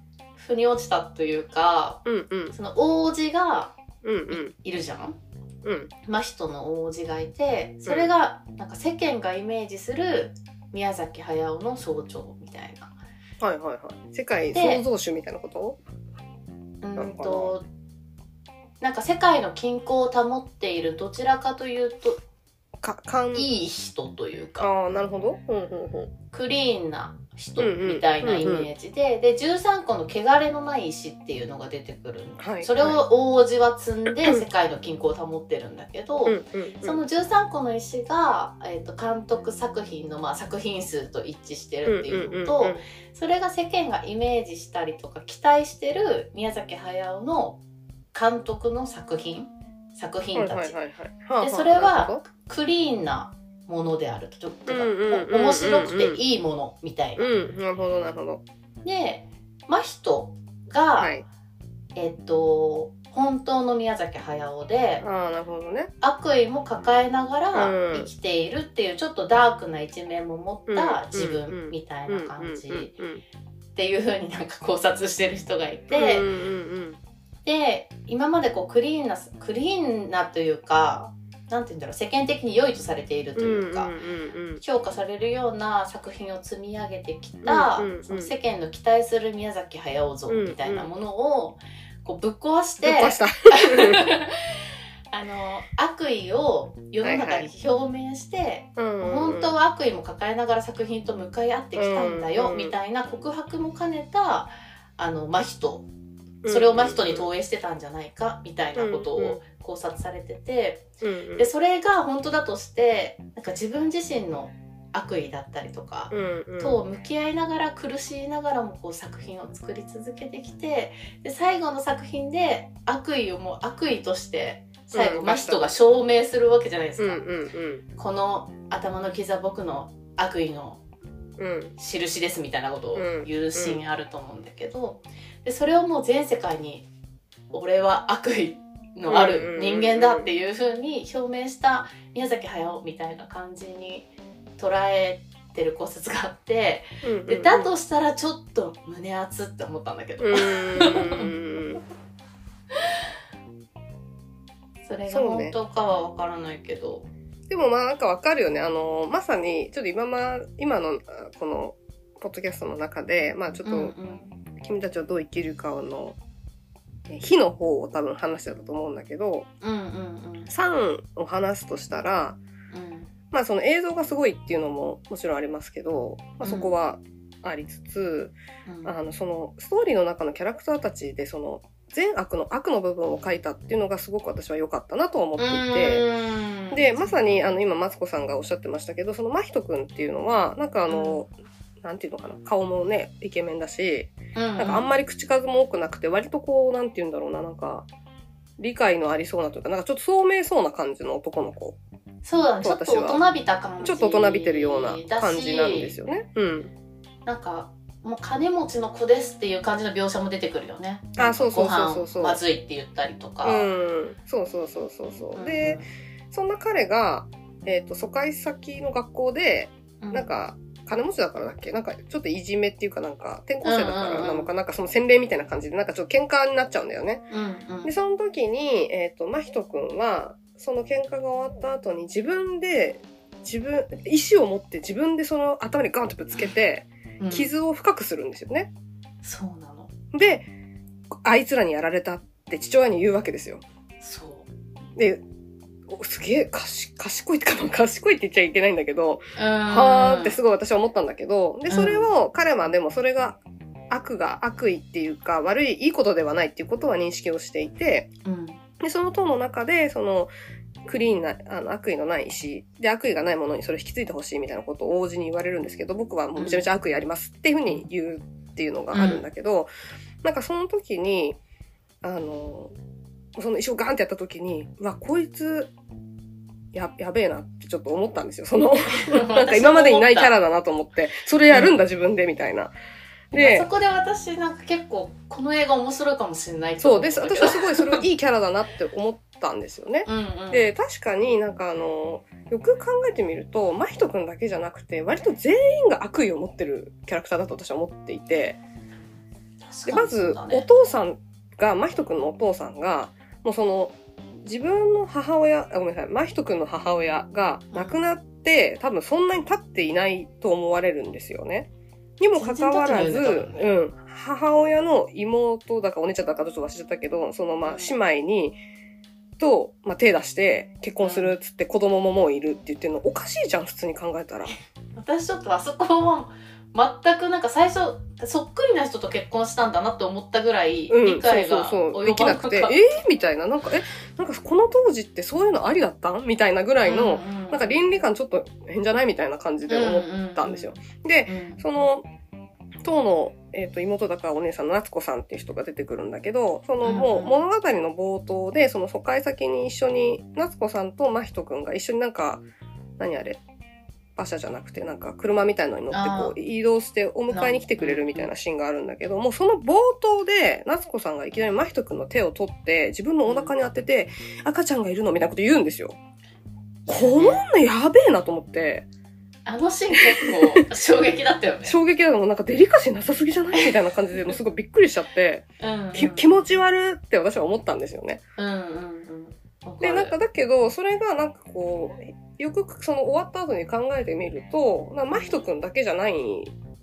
Speaker 2: 腑に落ちたというか
Speaker 1: うんうん、
Speaker 2: その王子が
Speaker 1: うんうん、
Speaker 2: いるじゃん
Speaker 1: うん、
Speaker 2: 真人の王子がいてそれがなんか世間がイメージする宮崎駿の象徴みたいな
Speaker 1: はいはいはい。世界
Speaker 2: で
Speaker 1: 創造主みたいなこと
Speaker 2: うんとなんか世界の均衡を保っているどちらかというと
Speaker 1: か、かん、
Speaker 2: いい人というか
Speaker 1: ああ、なるほど。うんうんうん。
Speaker 2: クリーンな人
Speaker 1: うんうん
Speaker 2: みたいなイメージで、で13個の汚れのない石っていうのが出てくるんだ、
Speaker 1: はい
Speaker 2: それを王子は積んで世界の均衡を保ってるんだけど、
Speaker 1: うんうんうん
Speaker 2: その13個の石が、えー、と監督作品の、まあ、作品数と一致してるっていうのと、
Speaker 1: うんうんうんうん
Speaker 2: それが世間がイメージしたりとか期待してる宮崎駿の監督の作品作品たち、
Speaker 1: はいはいはいはい、
Speaker 2: でそれは
Speaker 1: なるほ
Speaker 2: クリーンなものであるととか、
Speaker 1: うんうんうんうん
Speaker 2: お面白くていいものみたい
Speaker 1: ど
Speaker 2: な。
Speaker 1: うんなるほどなるほど
Speaker 2: で真人が、
Speaker 1: はい
Speaker 2: えっと本当の宮崎駿で
Speaker 1: ああなるほどね
Speaker 2: 悪意も抱えながら
Speaker 1: うん
Speaker 2: 生きているっていうちょっとダークな一面も持った自
Speaker 1: うんうんうん
Speaker 2: 分みたいな感じ
Speaker 1: うんうん
Speaker 2: っていう風になんか考察してる人がい
Speaker 1: うん
Speaker 2: て、
Speaker 1: うんうん
Speaker 2: で今までこうクリーンなクリーンなというかなんて言うんだろう世間的に良いとされていると
Speaker 1: うんうん
Speaker 2: いうか、
Speaker 1: うんうん
Speaker 2: 評価されるような作品を積み上げてきた、
Speaker 1: うんうんうん
Speaker 2: その世間の期待する宮崎駿像みたいなものをこうぶっ壊して、
Speaker 1: ぶっ壊した
Speaker 2: あの悪意を世の中に表明して、
Speaker 1: 本
Speaker 2: 本当は悪意も抱えながら作品と向かい合ってきたんだよ、
Speaker 1: うん
Speaker 2: みたいな告白も兼ねたあの真人それを真人に投影してたんじゃないかみたいなこと
Speaker 1: うんうん
Speaker 2: を考察されてて
Speaker 1: 影
Speaker 2: でそれが本当だとしてなんか自分自身の悪意だったりとかと向き合いながら苦しいながらもこう作品を作り続けてきてで最後の作品で悪意をもう悪意として最後
Speaker 1: うん
Speaker 2: 真人が証明するわけじゃないで
Speaker 1: う
Speaker 2: す
Speaker 1: んう
Speaker 2: か。
Speaker 1: ん
Speaker 2: この頭の傷は僕の悪意の
Speaker 1: うんうん
Speaker 2: 印ですみたいなことを
Speaker 1: うん
Speaker 2: 言うシーンあると思うんだけど、でそれをもう全世界に俺は悪意のある人間だっていうふうに表明した宮崎駿みたいな感じに捉えてる考察があって
Speaker 1: うんうん
Speaker 2: でだとしたらちょっと胸熱って思ったんだけど、
Speaker 1: うんうん
Speaker 2: それが
Speaker 1: そう
Speaker 2: 本
Speaker 1: ね
Speaker 2: 当かは分からないけど。
Speaker 1: でもまあなんかわかるよね。あの、まさに、ちょっと今ま、今のあこの、ポッドキャストの中で、まあちょっ
Speaker 3: うんう
Speaker 1: と、
Speaker 3: ん
Speaker 1: 君たちはどう生きるかの、え火の方を多分話してたと思うんだけど、
Speaker 3: うんうん
Speaker 1: 3を話すとしたら、
Speaker 3: うん
Speaker 1: まあその映像がすごいっていうのももちろんありますけど、まあそこはありつつ、
Speaker 3: うん
Speaker 1: あのそのストーリーの中のキャラクターたちでその善悪の悪の部分を書いたっていうのがすごく私は良かったなとは思っていて、
Speaker 3: うん
Speaker 1: で、まさにあの今マツコさんがおっしゃってましたけど、そのマヒトくんっていうのは、なんかあの、なんていうのかな、顔もね、イケメンだし、
Speaker 3: うん
Speaker 1: なんかあんまり口数も多くなくて、割とこう、なんて言うんだろうな、なんか、理解のありそうなというか、なんかちょっと聡明そうな感じの男の子。
Speaker 2: そうだねちょっ
Speaker 1: 私
Speaker 2: と
Speaker 1: は
Speaker 2: 大人びた感じ
Speaker 1: ちょっと大人びてるような感じなんですよね。うん。
Speaker 2: なんかもう金持ちの子ですっていう感じの描写も出てくるよね
Speaker 1: あ、そうそ
Speaker 2: ご
Speaker 1: うそう
Speaker 2: 飯
Speaker 1: そうそう。
Speaker 2: まずいって言ったりとか、
Speaker 1: うん。そうそうそうそうそう。
Speaker 2: うん
Speaker 1: で、そんな彼が、えっ、と、疎開先の学校で、
Speaker 2: うん
Speaker 1: なんか、金持ちだからだっけなんか、ちょっといじめっていうかなんか、転校生だか
Speaker 2: うんうん
Speaker 1: ら
Speaker 2: うん
Speaker 1: なのか、なんかその洗礼みたいな感じで、なんかちょっと喧嘩になっちゃうんだよね。
Speaker 2: うんうん
Speaker 1: で、その時に、えっ、と、まひとくんは、その喧嘩が終わった後に自分で、自分、意思を持って自分でその頭にガンとぶつけて、
Speaker 2: うん
Speaker 1: 傷を深くするんですよね。
Speaker 2: そうなの
Speaker 1: で、あいつらにやられたって父親に言うわけですよ。
Speaker 2: そう
Speaker 1: で、おすげえ、かし、賢いってか、まあ賢いって言っちゃいけないんだけど、は
Speaker 2: は
Speaker 1: ーってすごい私は思ったんだけど、で、それを彼はでもそれが悪が悪意っていうか、悪い、いいことではないっていうことは認識をしていて、
Speaker 2: うん
Speaker 1: で、その党の中で、その、クリーンな、あの、悪意のない石、で、悪意がないものにそれを引き継いでほしいみたいなことを王子に言われるんですけど、僕はもうめちゃめちゃ悪意ありますっていうふうに言うっていうのがあるんだけど、なんかその時に、あの、その石をガンってやった時に、うわ、こいつ、や、やべえなってちょっと思ったんですよ。そ の、なんか今までにないキャラだなと思って、それやるんだ自分でみたいな。で、
Speaker 2: そこで私なんか結構この映画面白いかもしれないと
Speaker 1: そう
Speaker 2: 思
Speaker 1: です。
Speaker 2: んだ
Speaker 1: 私
Speaker 2: けど
Speaker 1: はすごいそれをいいキャラだなって思ったんですよね。
Speaker 2: うんうん
Speaker 1: で、確かになんかあの、よく考えてみると、真人くんだけじゃなくて、割と全員が悪意を持ってるキャラクターだと私は思っていて、で、まず
Speaker 2: 確、かにそうだ
Speaker 1: お
Speaker 2: ね
Speaker 1: 父さんが、真人くんのお父さんが、もうその、自分の母親、あごめんなさい、真人くんの母親が亡くなって、多分そんなに経っていないと思われるんですよね。にもかかわらず、
Speaker 2: 全然経ってないよ
Speaker 1: うん、母親の妹だかお姉ちゃんだかちょっと忘れちゃったけど、そのまあ姉妹に、と、まあ、手出して結婚するっつって子供ももういるって言ってるのおかしいじゃん、普通に考えたら。
Speaker 2: 私ちょっとあそこは全くなんか最初そっくりな人と結婚したんだなって思ったぐらい
Speaker 1: うん、
Speaker 2: 理解が
Speaker 1: そうそうそう
Speaker 2: 及
Speaker 1: でき
Speaker 2: ば
Speaker 1: な
Speaker 2: なか
Speaker 1: く、
Speaker 2: って
Speaker 1: え
Speaker 2: た
Speaker 1: ー、みたいな、なんか、え、なんかこの当時ってそういうのありだったんみたいなぐらいの、
Speaker 2: うんうん
Speaker 1: なんか倫理観ちょっと変じゃないみたいな感じで思ったんですよ。で、
Speaker 2: うんうん
Speaker 1: その、当の、えっと妹だからお姉さんの夏子さんっていう人が出てくるんだけど、そのも
Speaker 2: うん
Speaker 1: う物語の冒頭で、その疎開先に一緒に、夏子さんと真人くんが一緒になんか、何あれ、馬車じゃなくて、なんか車みたいのに乗ってこ
Speaker 2: あ
Speaker 1: う移動してお迎えに来てくれるみたいなシーンがあるんだけど、もうその冒頭で、夏子さんがいきなり真人くんの手を取って、自分のお腹に当てて、赤ちゃんがいるのみたいなこと言うんですよ。この女やべえなと思って。
Speaker 2: あのシーン結構衝撃だったよね
Speaker 1: 衝撃だのなんかデリカシーなさすぎじゃないみたいな感じで、もうすごいびっくりしちゃって、
Speaker 2: うんうん
Speaker 1: き気持ち悪って私は思ったんですよね。
Speaker 2: うんうんうん
Speaker 1: で、なんかだけど、それがなんかこう、よくその終わった後に考えてみると、な真人くんだけじゃない、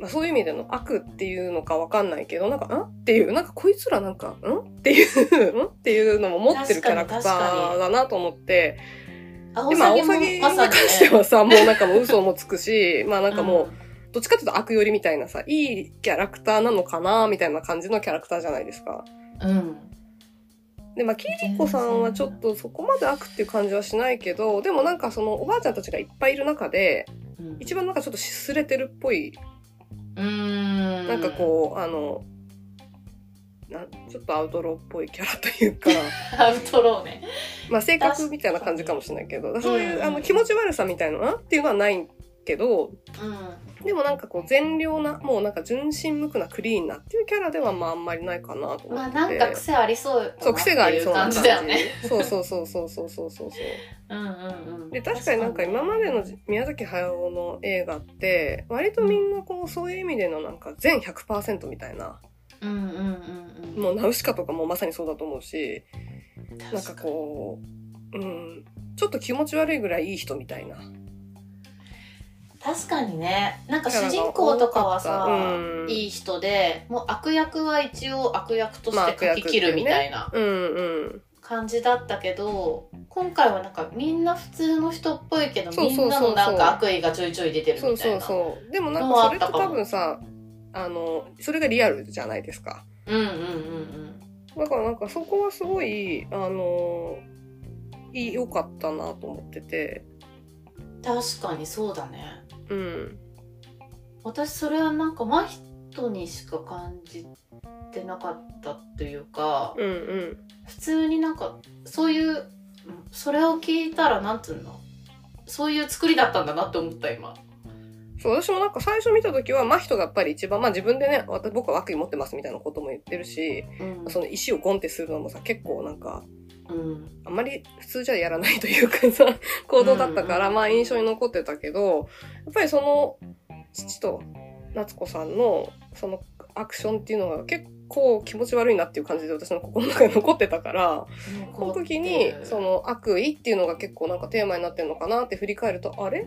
Speaker 1: まあそういう意味での悪っていうのかわかんないけど、なんか、んっていう、なんかこいつらなんか、んっていう、んっていうのも持ってるキャラクターだなと思って、
Speaker 2: ア
Speaker 1: で、まあ、おさに関してはさ、もうなんかもう嘘もつくし、まあなんかもう、どっちかっていうと悪よりみたいなさ、いいキャラクターなのかなみたいな感じのキャラクターじゃないですか。
Speaker 2: うん、うん
Speaker 1: で、まあ、キリコさんはちょっとそこまで悪っていう感じはしないけど、でもなんかそのおばあちゃんたちがいっぱいいる中で、
Speaker 2: うん
Speaker 1: 一番なんかちょっとしすれてるっぽい、
Speaker 2: うーん
Speaker 1: なんかこう、あの、なちょっとアウトローっぽいキャラという か、
Speaker 2: アウトローね
Speaker 1: まあ性格みたいな感じかもしれないけど、そういううんあの気持ち悪さみたいなのっていうのはないけど、
Speaker 2: うん
Speaker 1: でもなんかこう善良な、もうなんか純真無垢なクリーンなっていうキャラではまああんまりないかなと思って。
Speaker 2: まあなんか癖ありそうだな
Speaker 1: そう、癖がありそうな
Speaker 2: ってい感じだよね。
Speaker 1: そうそうそうそうそうそうそうそう。
Speaker 2: うんうんうん
Speaker 1: で、確かになんか今までの宮崎駿の映画って、割とみんなこう、そういう意味でのなんか全100%みたいな、
Speaker 2: うんうんうんうん
Speaker 1: もうナウシカとかもまさにそうだと思うし、なんかこう、うん、ちょっと気持ち悪いぐらいいい人みたいな。
Speaker 2: 確かにねなんか主人公とかはさ、
Speaker 1: うん
Speaker 2: いい人でもう悪役は一応悪役と
Speaker 1: まあ
Speaker 2: して
Speaker 1: 悪
Speaker 2: 書
Speaker 1: 役
Speaker 2: き切るみたいな
Speaker 1: うんうん。
Speaker 2: 感じだったけど、今回はなんかみんな普通の人っぽいけど
Speaker 1: そうそうそうそう
Speaker 2: みんなのなんか悪意がちょいちょい出てるみた
Speaker 1: そ
Speaker 2: いうな
Speaker 1: そうそう。でもなん
Speaker 2: もう
Speaker 1: か
Speaker 2: あ
Speaker 1: そ
Speaker 2: っ
Speaker 1: れったて
Speaker 2: かも
Speaker 1: 多分さ、あの、それがリアルじゃないですか。
Speaker 2: うんうんうんうん
Speaker 1: だからなんかそこはすごい、あの、いい良かったなと思ってて。
Speaker 2: 確かにそうだね
Speaker 1: うん。
Speaker 2: 私それはなんか真人にしか感じてなかったというか、
Speaker 1: うんうん。
Speaker 2: 普通になんかそういううんそれを聞いたらなんつうのそういう作りだったんだなって思った今
Speaker 1: そう、私もなんか最初見た時は、真人がやっぱり一番、まあ自分でね、私僕は悪意持ってますみたいなことも言ってるし、
Speaker 2: うん
Speaker 1: その石をゴンってするのもさ、結構なんか、
Speaker 2: うん
Speaker 1: あんまり普通じゃやらないというかさ、 行動だったか
Speaker 2: うんうんう
Speaker 1: ら、
Speaker 2: ん
Speaker 1: まあ印象に残ってたけど、やっぱりその、父と夏子さんの、そのアクションっていうのが結構気持ち悪いなっていう感じで私の心の中に残ってたから、この時に、その悪意っていうのが結構なんかテーマになってるのかなって振り返ると、あれ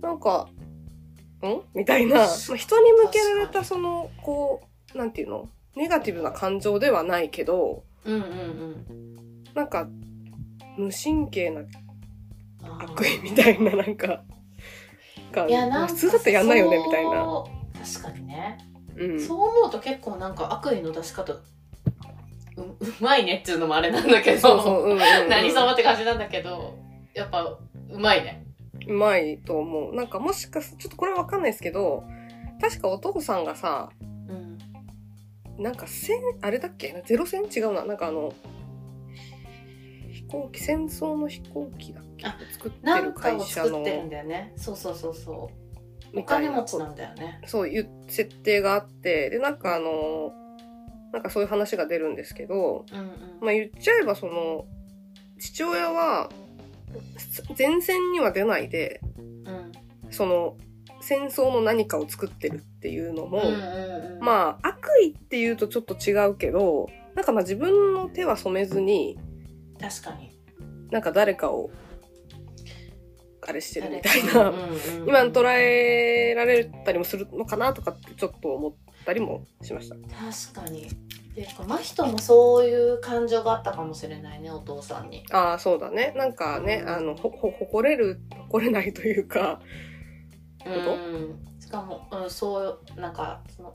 Speaker 1: なんか、んみたいな、まあ、人に向けられ
Speaker 2: 確か
Speaker 1: た
Speaker 2: に
Speaker 1: その、こう、なんていうのネガティブな感情ではないけど、
Speaker 2: うんうんうん
Speaker 1: なんか、無神経な
Speaker 2: あー
Speaker 1: 悪意みたいな、なんか、が
Speaker 2: いやなんか
Speaker 1: 普通だったらやんないよね、みたいな。
Speaker 2: そう確かにね、
Speaker 1: うん。
Speaker 2: そ
Speaker 1: そう
Speaker 2: 思うと結構なんか悪意の出し方ううまいねっていうのもあれなんだけど
Speaker 1: うそう、うん、うん。
Speaker 2: 何様って感じなんだけどやっぱうまいね
Speaker 1: うまいと思う。なんか、もしかすちょっとこれはわかんないですけど、確かお父さんがさ、
Speaker 2: うん
Speaker 1: なんか戦、あれだっけゼロ戦違うな。なんかあの、飛行機、戦争の飛行機だっけ
Speaker 2: あ
Speaker 1: 作って
Speaker 2: な
Speaker 1: る
Speaker 2: んか
Speaker 1: 会
Speaker 2: を
Speaker 1: 社
Speaker 2: 作
Speaker 1: の
Speaker 2: っ、てるんだよねそうそうそうそうお
Speaker 1: みたい
Speaker 2: 金
Speaker 1: な
Speaker 2: 持ちなんだよね
Speaker 1: そういう設定があって、で、なんかあの、なんかそういう話が出るんですけど、
Speaker 2: うんうん、
Speaker 1: まあ、言っちゃえばその父親は前線には出ないで
Speaker 2: うん
Speaker 1: その戦争の何かを作ってるっていうのも、
Speaker 2: うんうんうん、
Speaker 1: まあ悪意っていうとちょっと違うけどなんかまあ自分の手は染めずに
Speaker 2: 確かに
Speaker 1: なんか誰かをあれしてるみたいな、
Speaker 2: うんうん
Speaker 1: 今捉えられたりもするのかなとかってちょっと思ったりもしました。
Speaker 2: 確かにていうか真人もそういう感情があったかもしれないねお父さんに
Speaker 1: ああそうだねなんかねあのほほ誇れる誇れないというかこと
Speaker 2: うんしかも、うん、そうなんかその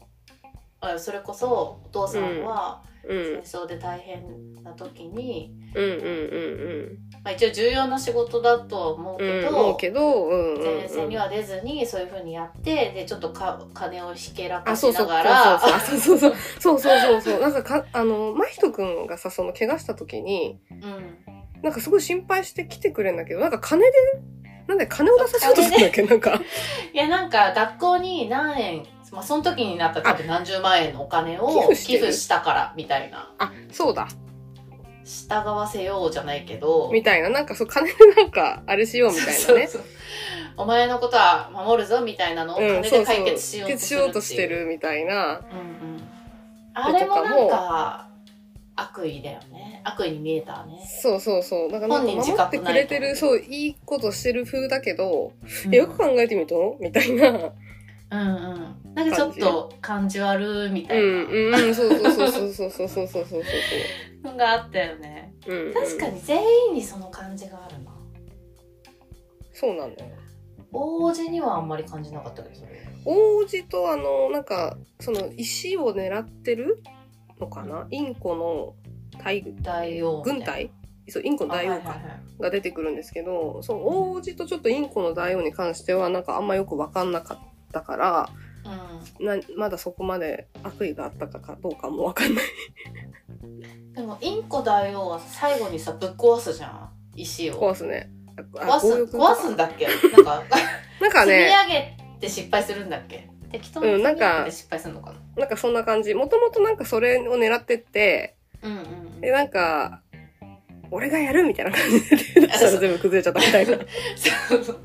Speaker 2: あそれこそお父さんは
Speaker 1: うん
Speaker 2: 戦争で大変な時に、
Speaker 1: うんうんうんうん
Speaker 2: まあ、一応重要な仕事だとは思うけ
Speaker 1: うん、
Speaker 2: ど、
Speaker 1: 思うけど、うんうんうん、
Speaker 2: 前線には出ずにそういうふうにやってでちょっとか金をひけらか
Speaker 1: あ
Speaker 2: し
Speaker 1: そうそ
Speaker 2: な
Speaker 1: う
Speaker 2: がら
Speaker 1: そうそうそうそうそうそうそうそうなんかかあの真人くんがさその怪我した時に
Speaker 2: うん
Speaker 1: なんかすごい心配して来てくれんだけどなんか金でなんで金を出させようとするんだっけなん か
Speaker 2: いやなんか学校に何円、まあ、その時になったら多分何十万円のお金
Speaker 1: 寄
Speaker 2: を
Speaker 1: 付して
Speaker 2: 寄
Speaker 1: る
Speaker 2: 付したからみたいな
Speaker 1: あそうだ
Speaker 2: 従わせようじゃないけど
Speaker 1: みたいななんかそう金でなんかあれしようみたいなね
Speaker 2: そうそうそうお前のことは守るぞみたいなのを
Speaker 1: う
Speaker 2: 金
Speaker 1: ん
Speaker 2: で
Speaker 1: そう
Speaker 2: 解
Speaker 1: そう
Speaker 2: 決しようと
Speaker 1: しようとし
Speaker 2: するって
Speaker 1: て
Speaker 2: いう、
Speaker 1: るみたいな
Speaker 2: うんうん、あれもなんか悪意だよね悪意に見えたね、
Speaker 1: そうそうそうだからなんか
Speaker 2: 本人自
Speaker 1: 守
Speaker 2: 覚
Speaker 1: ってくれて
Speaker 2: ない
Speaker 1: る
Speaker 2: と思
Speaker 1: そういいことしてる風だけど、
Speaker 2: うん、
Speaker 1: よく考えてみるとみたいな
Speaker 2: うんうんなんかちょっと感じ悪みた
Speaker 1: う
Speaker 2: い
Speaker 1: ん
Speaker 2: な
Speaker 1: うんそうそうそうそうそうそうそうそうそう
Speaker 2: のがあったよね、
Speaker 1: うんうん
Speaker 2: 確かに全員にその感じがあるな
Speaker 1: そうなんだよ
Speaker 2: 王子にはあんまり感じなかったけどそれ
Speaker 1: 王子とあのなんかその石を狙ってるのかなインコの大
Speaker 2: 大王
Speaker 1: 軍隊そうインコの大王
Speaker 2: か
Speaker 1: かが出てくるんですけどその王子とちょっとインコの大王に関してはなんかあんまよく分かんなかったからなまだそこまで悪意があったかかどうかも分かんない
Speaker 2: うん、でもインコ大王は最後にさぶっ壊すじゃん石を
Speaker 1: 壊すねあ
Speaker 2: 壊す
Speaker 1: 強欲とか
Speaker 2: 壊すんだっけなんか
Speaker 1: なんか
Speaker 2: 積み
Speaker 1: ね
Speaker 2: 上げて失敗するんだっけ適当に積み上げて失敗するのかな
Speaker 1: なんかそんな感じもともとなんかそれを狙ってって
Speaker 2: うん うんう
Speaker 1: で、
Speaker 2: ん
Speaker 1: なんか、俺がやるみたいな感じで手出したら全部崩れ ちゃったみたいな。
Speaker 2: そうそうそう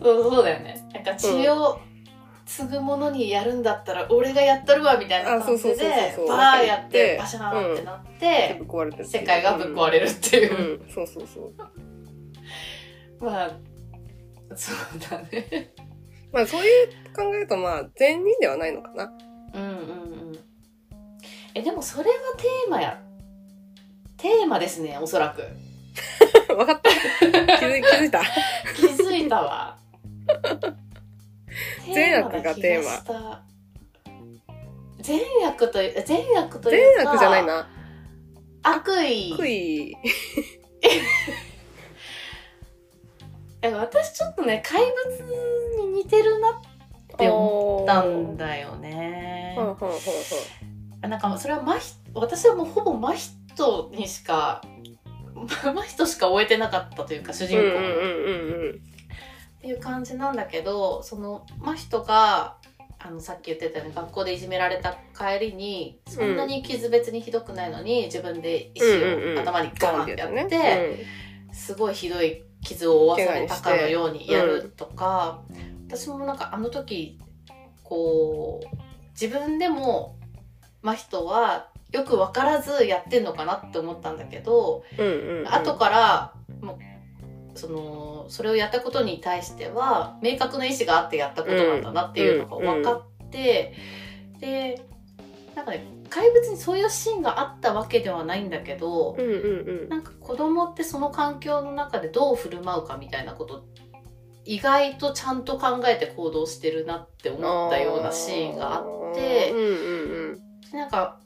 Speaker 2: そうだよねなんか血を継ぐものにやるんだったら俺がやったるわみたいな感じ
Speaker 1: あそうそうそう
Speaker 2: で
Speaker 1: そうそう
Speaker 2: バーやってバシャーってなって、
Speaker 1: ぶっ壊れてる
Speaker 2: 世界がぶっ壊れるっていう、
Speaker 1: うん、うんそうそうそう
Speaker 2: まあそうだね
Speaker 1: まあそういう考えるとまあ全員ではないの かな
Speaker 2: うんうんうんえでもそれはテーマやテーマですねおそらく
Speaker 1: 分かった気 づい気づいた
Speaker 2: 気づいたわ
Speaker 1: 善悪がテーマ
Speaker 2: マ善悪という善悪というか
Speaker 1: 善悪じゃないな
Speaker 2: 悪意
Speaker 1: 悪意
Speaker 2: え私ちょっとね怪物に似てるなって思ったんだよね
Speaker 1: ほうほうほうほ
Speaker 2: あなんかそれは真人私はもうほぼ真人にしか 真人しか終えてなかったというか主
Speaker 1: うう
Speaker 2: 人
Speaker 1: ん
Speaker 2: 公、
Speaker 1: うんうん
Speaker 2: っ
Speaker 1: うんうん
Speaker 2: ていう感じなんだけどその真人があのさっき言ってたように学校でいじめられた帰りにそんなに傷別にひどくないのに自分で石
Speaker 1: うんうんうん
Speaker 2: を頭にガンってやって、
Speaker 1: ガンやつね
Speaker 2: すごいひどい傷を負わされたかのようにやるとか、私もなんかあの時こう自分でも真人はよく分からずやってんのかなって思ったんだけど、
Speaker 1: うんうんうん
Speaker 2: 後からもうそのそれをやったことに対しては明確な意思があってやったことなんだなっていうのが分かって、でなんかね怪物にそういうシーンがあったわけではないんだけど、
Speaker 1: うんうん
Speaker 2: なんか子供ってその環境の中でどう振る舞うかみたいなこと意外とちゃんと考えて行動してるなって
Speaker 1: うん
Speaker 2: 思ったようなシーンがあっ
Speaker 1: あーうんうんうん
Speaker 2: てなんか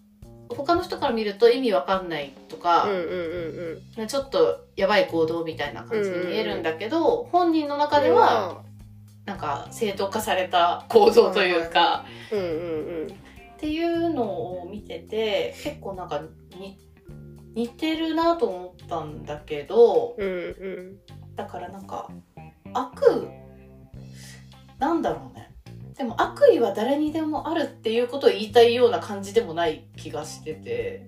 Speaker 2: 他の人から見ると意味わかんないとか
Speaker 1: うん、うんうんうん
Speaker 2: ねちょっとやばい行動みたいな感じに見えるんだけど、本人の中ではなんか正当化された行動というか、
Speaker 1: うんうんうん
Speaker 2: っていうのを見てて結構なんかに似てるなと思ったんだけど。
Speaker 1: うんうん
Speaker 2: だからなんか悪なんだろうねでも悪意は誰にでもあるっていうことを言いたいような感じでもない気がしてて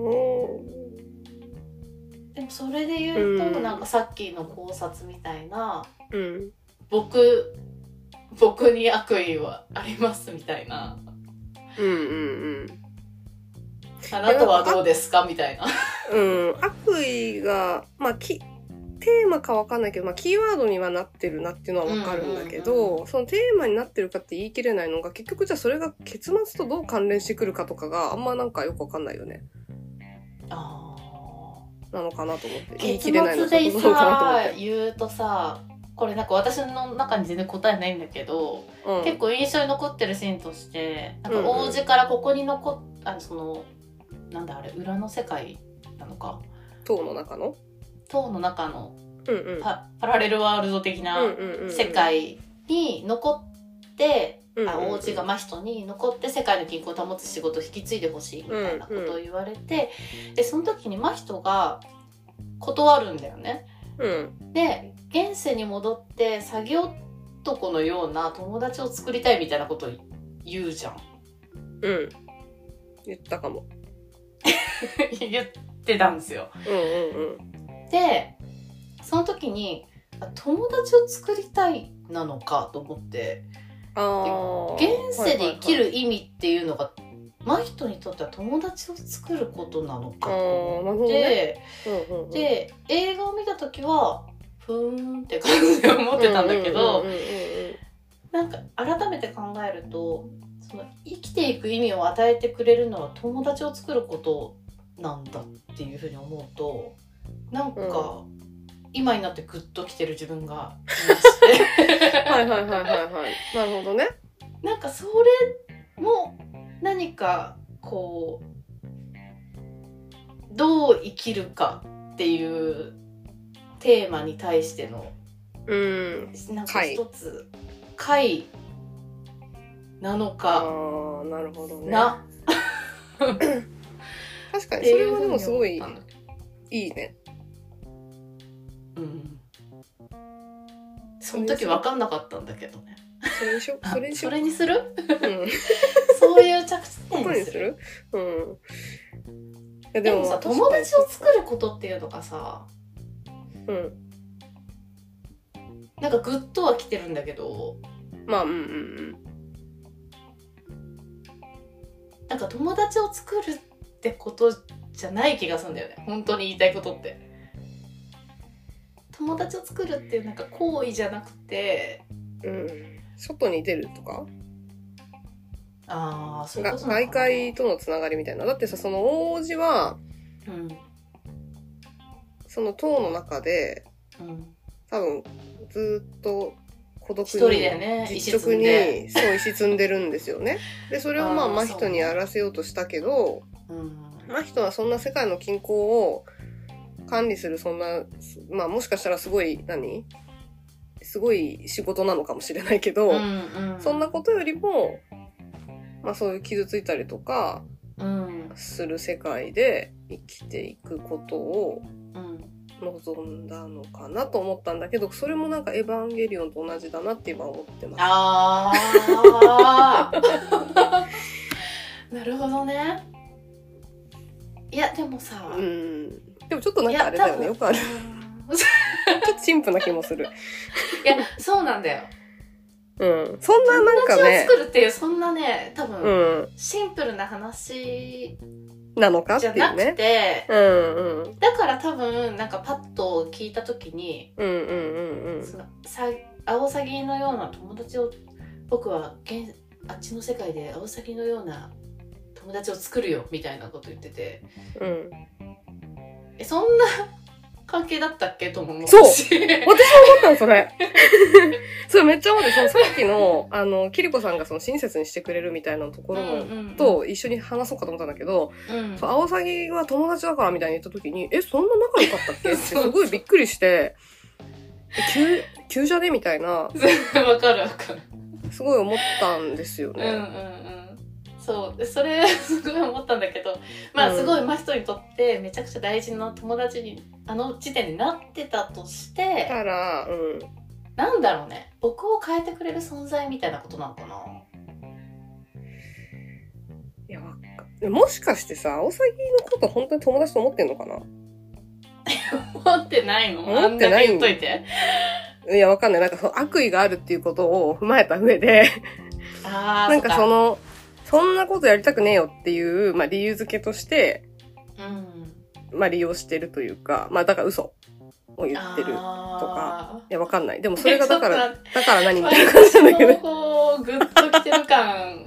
Speaker 1: そう
Speaker 2: でもそれで言うと、
Speaker 1: うん
Speaker 2: なんかさっきの考察みたいな
Speaker 1: うん
Speaker 2: 僕僕に悪意はありますみたいな
Speaker 1: うんうん
Speaker 2: あなたはどうですかみたいな。
Speaker 1: うんうん悪意がまあきテーマかわかんないけど、まあ、キーワードにはなってるなっていうのはわかるんだけど、
Speaker 2: うん
Speaker 1: そのテーマになってるかって言い切れないのが結局じゃあそれが結末とどう関連してくるかとかがあんまなんかよくわかんないよね
Speaker 2: あー
Speaker 1: なのかなと思って言い
Speaker 2: 結
Speaker 1: 切
Speaker 2: 末
Speaker 1: れないのか
Speaker 2: で
Speaker 1: どうなのかなと思っ
Speaker 2: さ
Speaker 1: て。
Speaker 2: 言うとさこれなんか私の中に全然答えないんだけど
Speaker 1: うん
Speaker 2: 結構印象に残ってるシーンとしてなん
Speaker 1: うん
Speaker 2: か
Speaker 1: うん
Speaker 2: 王子からここに残っあのそのなんだあれ裏の世界なのか
Speaker 1: 塔の中の、
Speaker 2: 塔の中の
Speaker 1: うんうん、
Speaker 2: パパラレルワールド的な世界に残って、
Speaker 1: うんうん
Speaker 2: あ王子が真人に残って世界の均衡を保つ仕事を引き継いでほしいみたいなことを言われて、でその時に真人が断るんだよね。
Speaker 1: うん
Speaker 2: で現世に戻って作業男のような友達を作りたいみたいなことを言うじゃん。
Speaker 1: うん言ったかも
Speaker 2: 言ってたんですよ。
Speaker 1: うんうんうん
Speaker 2: でその時にあ友達を作りたいなのかと思って
Speaker 1: あ
Speaker 2: 現
Speaker 1: ー
Speaker 2: 世で生きる意味っていうのが真人にとっては友達を作ることなのか
Speaker 1: はいはいはいあ
Speaker 2: と
Speaker 1: ーなるほ
Speaker 2: 思
Speaker 1: ど
Speaker 2: っ
Speaker 1: ね
Speaker 2: て、
Speaker 1: うんうんうん
Speaker 2: で映画を見た時はふーんって感じで思ってたんだけど。
Speaker 1: うんうんうんうん
Speaker 2: なんか改めて考えるとその生きていく意味を与えてくれるのは友達を作ることなんだっていうふうに思うとなんか、
Speaker 1: う
Speaker 2: 今になってグッときてる自分がいまして
Speaker 1: はいはいはいはいはいなるほどね
Speaker 2: なんかそれも何かこうどう生きるかっていうテーマに対しての
Speaker 1: うん
Speaker 2: なんか一つ解なのか。
Speaker 1: ああなるほどね
Speaker 2: な、
Speaker 1: 確か
Speaker 2: っ
Speaker 1: に
Speaker 2: て
Speaker 1: そ
Speaker 2: い
Speaker 1: れ
Speaker 2: う
Speaker 1: は
Speaker 2: ふ
Speaker 1: で
Speaker 2: うに思
Speaker 1: も
Speaker 2: った
Speaker 1: すごいいいね
Speaker 2: うんその時分かんなかったんだけどね
Speaker 1: それにしようそれにし
Speaker 2: そ
Speaker 1: よう
Speaker 2: れにする
Speaker 1: うん
Speaker 2: そういう着地点
Speaker 1: こと
Speaker 2: に
Speaker 1: に
Speaker 2: す
Speaker 1: す
Speaker 2: る
Speaker 1: るうんいや
Speaker 2: でもさ友達を作ることっていうのがさ
Speaker 1: うん
Speaker 2: なんかグッとは来てるんだけど
Speaker 1: まあ、うんうんうん。
Speaker 2: なんか友達を作るってことじゃない気がするんだよね本当に言いたいことって友達を作るっていうなんか行為じゃなくて
Speaker 1: うん、外に出るとか
Speaker 2: ああそういう
Speaker 1: が
Speaker 2: ことなのかな
Speaker 1: 外界とのつながりみたいな。だってさ、その王子は、
Speaker 2: うん
Speaker 1: その塔の中で、
Speaker 2: うん
Speaker 1: 多分、ずーっと孤独に。
Speaker 2: 一人でね石
Speaker 1: 実
Speaker 2: 積
Speaker 1: 直
Speaker 2: んで、
Speaker 1: に、そう、石積んでるんですよ ね。で、それをまあ、
Speaker 2: あー
Speaker 1: 真人にやらせようとしたけど、
Speaker 2: うん、
Speaker 1: 真人はそんな世界の均衡を管理する、そんな、すまあ、もしかしたらすごい、何すごい仕事なのかもしれないけど、
Speaker 2: うんうん、
Speaker 1: そんなことよりも、まあそういう傷ついたりとか
Speaker 2: うん
Speaker 1: する世界で生きていくことを
Speaker 2: うん
Speaker 1: 望んだのかなと思ったんだけど、それもなんかエヴァンゲリオンと同じだなって今思ってます。
Speaker 2: ああ なるほどねいやでもさ、
Speaker 1: うん。でもちょっとなんかあれだよね。よ くある。ちょっと陳腐な気もする。
Speaker 2: いやそうなんだよ
Speaker 1: うん。そんななん
Speaker 2: 友
Speaker 1: か
Speaker 2: 達を
Speaker 1: ね、
Speaker 2: 作るっていうそんなね多分、
Speaker 1: うん。
Speaker 2: シンプルな話
Speaker 1: なのかって
Speaker 2: じ
Speaker 1: い
Speaker 2: ゃな
Speaker 1: う
Speaker 2: くて
Speaker 1: ね。うんうん。
Speaker 2: だから多分なんかパッと聞いた時に、
Speaker 1: うんうんうん
Speaker 2: そのさアオサギのような友達を僕は現あっちの世界でアオサギのような友達を作るよみたいなこと言ってて
Speaker 1: うん。うん。
Speaker 2: えそんな 関係だったっけとも思
Speaker 1: そう
Speaker 2: し
Speaker 1: 私も思ったの、それ。 それめっちゃ思って、そのさっきの、あの、キリコさんがその親切にしてくれるみたいなところも、
Speaker 2: うんうん
Speaker 1: と一緒に話そうかと思ったんだけど、
Speaker 2: うん
Speaker 1: そうアオサギは友達だからみたいに言った時に、え、そんな仲良かったっけってすごいびっくりして、え急、急じゃねみたいな、
Speaker 2: わかるわかる
Speaker 1: すごい思ったんですよ
Speaker 2: うんうんう
Speaker 1: ね。
Speaker 2: んそうでそれすごい思ったんだけどまあ
Speaker 1: うん
Speaker 2: すごい真人にとってめちゃくちゃ大事な友達にあの時点になってたとして、
Speaker 1: だから、うん。
Speaker 2: なんだろうね僕を変えてくれる存在みたいなことなのかない
Speaker 1: や、わかもしかしてさ、アオサギのこと本当に友達と思ってんのかな
Speaker 2: 思ってないの
Speaker 1: 思ってない
Speaker 2: あんだけ言っといて
Speaker 1: いや、わかんない。なんかその悪意があるっていうことを踏まえた上で、
Speaker 2: あー
Speaker 1: なんかその、そんなことやりたくねえよっていう、まあ理由付けとして、
Speaker 2: っかうん
Speaker 1: まあ利用してるというか、まあだから嘘を言ってる。い
Speaker 2: あー
Speaker 1: や、わかんない。でもそれがだか
Speaker 2: ちょ
Speaker 1: ら
Speaker 2: っ、
Speaker 1: だから何みたいな感じ
Speaker 2: 私
Speaker 1: なんだけ
Speaker 2: の
Speaker 1: ど。
Speaker 2: こうグッときてる感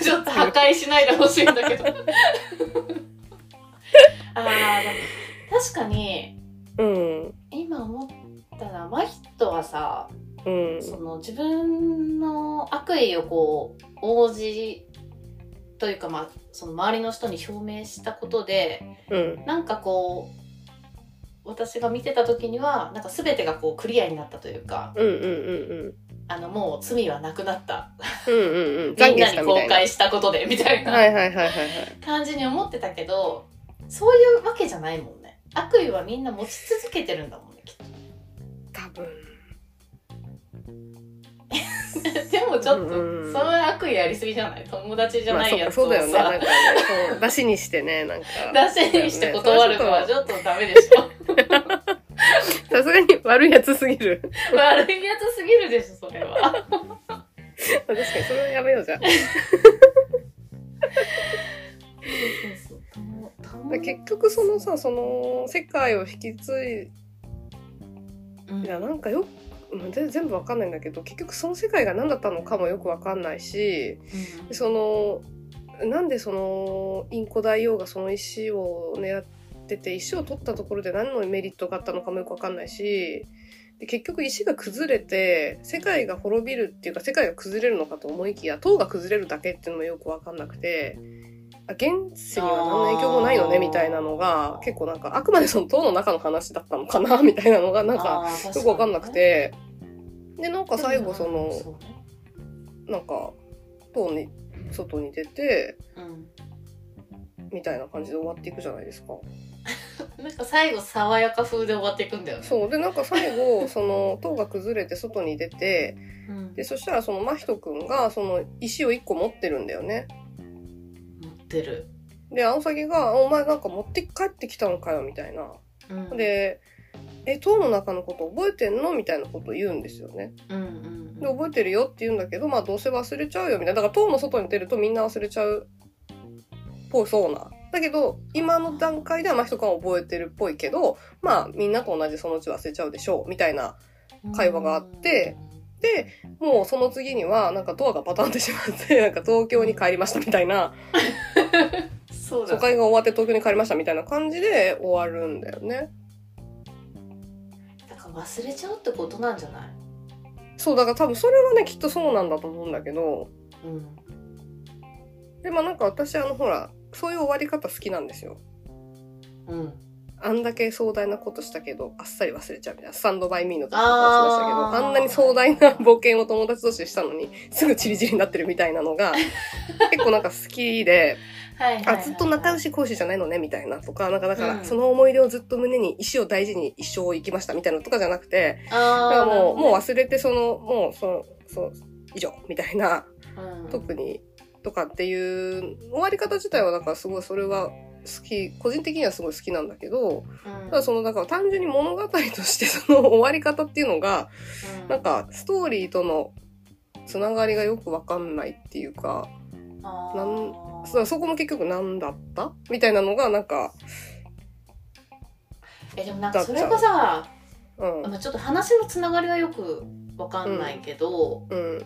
Speaker 2: ちょっと破壊しないでほしいんだ けどあーでも確かに
Speaker 1: うん。
Speaker 2: 今思ったらマヒトはさ
Speaker 1: うん。
Speaker 2: その自分の悪意をこう応じというか、まあ、その周りの人に表明したことで
Speaker 1: うん。
Speaker 2: なんかこう私が見てた時にはなんか全てがこうクリアになったというか
Speaker 1: うんうんうん
Speaker 2: あのもう罪はなくなった
Speaker 1: うん。うんうんうん。
Speaker 2: み
Speaker 1: 懺
Speaker 2: ん
Speaker 1: 悔
Speaker 2: な
Speaker 1: し
Speaker 2: に
Speaker 1: たみた
Speaker 2: 公
Speaker 1: いな。は
Speaker 2: 開したことでみたいない
Speaker 1: はいはいはいはい。
Speaker 2: 感じに思ってたけどそういうわけじゃないもんね悪意はみんな持ち続けてるんだもんねきっと
Speaker 1: 多分。
Speaker 2: でもちょっ
Speaker 1: う
Speaker 2: とそ
Speaker 1: んうん
Speaker 2: の悪意やりすぎじゃない友達じゃ
Speaker 1: まあ
Speaker 2: ない
Speaker 1: そっ
Speaker 2: や
Speaker 1: か、
Speaker 2: つを
Speaker 1: そう
Speaker 2: さ、
Speaker 1: だよね。なんかね、そう、出しにしてね、なんか。
Speaker 2: 出しにして断るのはちょっとダメでしょ。
Speaker 1: さすがに悪いやつすぎる。
Speaker 2: 悪いやつすぎるでし ょ、それは。
Speaker 1: 確かに、それはやめようじゃん。で結局そのさその世界を引き継
Speaker 2: うん
Speaker 1: いいやなんかよくうん全全部わかんないんだけど結局その世界が何だったのかもよくわかんないしそのなんでそのインコ大王がその石を狙ってて石を取ったところで何のメリットがあったのかもよくわかんないしで結局石が崩れて世界が滅びるっていうか世界が崩れるのかと思いきや塔が崩れるだけっていうのもよくわかんなくて。あ現世には何の影響もないよね
Speaker 2: あー
Speaker 1: みたいなのが結構なんかあくまでその塔の中の話だったのかなみたいなのがなんか
Speaker 2: あー
Speaker 1: よくわかんなく、てでなんか
Speaker 2: 確か
Speaker 1: 最
Speaker 2: にね
Speaker 1: 後その
Speaker 2: そうね
Speaker 1: なんか塔に外に出てみたいな感じで終わっていくじゃないですか。
Speaker 2: うんなんか最後、爽やか風で終わっていくんだよね。
Speaker 1: そうでなんか最後その塔が崩れて外に出て
Speaker 2: うん
Speaker 1: でそしたらその真人くんがその石を1個持ってるんだよね。
Speaker 2: 持ってる。
Speaker 1: でアオサギが「お前なんか持って帰ってきたのかよ」みたいな。
Speaker 2: うん、
Speaker 1: でえ、塔の中のこと覚えてんのみたいなこと言うんですよね。
Speaker 2: うんうん
Speaker 1: で、覚えてるよって言うんだけど、まあどうせ忘れちゃうよみたいな。だから塔の外に出るとみんな忘れちゃうっぽいそうな。だけど、今の段階ではまあ一缶覚えてるっぽいけど、まあみんなと同じそのうち忘れちゃうでしょう、みたいな
Speaker 2: うん
Speaker 1: 会話があってで、もうその次には、なんかドアがパタンってしまって、 なんか東京に帰りましたみたいな、
Speaker 2: そうだ
Speaker 1: 疎開が終わって東京に帰りましたみたいな感じで終わるんだよね。
Speaker 2: だから忘れちゃうってことなんじゃない
Speaker 1: そう、だから多分それはね、きっとそうなんだと思うんだけど、
Speaker 2: うん
Speaker 1: で、まあなんか私あのほら、そういう終わり方好きなんですよ。
Speaker 2: うん
Speaker 1: あんだけ壮大なことしたけど、あっさり忘れちゃうみたいな。スタンドバイミーの時とかもそうでしたけど、
Speaker 2: あ
Speaker 1: あ
Speaker 2: ー
Speaker 1: んなに壮大な冒険を友達同士でしたのに、すぐチリチリになってるみたいなの が、結構なんか好きで、
Speaker 2: はいはいはいは
Speaker 1: あ
Speaker 2: い
Speaker 1: ずっと仲良し講師じゃないのねみたいなとかなんかだから、
Speaker 2: うん
Speaker 1: その思い出をずっと胸に石を大事に一生生きましたみたいなのとかじゃなくてだか
Speaker 2: あ
Speaker 1: ら
Speaker 2: あ
Speaker 1: もうもう忘れてそのもうそのそう以上みたいな
Speaker 2: うん
Speaker 1: 特にとかっていう終わり方自体はだからすごいそれは好き個人的にはすごい好きなんだけど
Speaker 2: うん
Speaker 1: ただそのだから単純に物語としてその終わり方っていうのが
Speaker 2: うん
Speaker 1: なんかストーリーとのつながりがよくわかんないっていうか
Speaker 2: あー
Speaker 1: なんそそこも結局何だったみたいなのがなんか
Speaker 2: えでもなんかそれがさ
Speaker 1: うん
Speaker 2: まあちょっと話のつながりはよくわかんないけど、
Speaker 1: うん、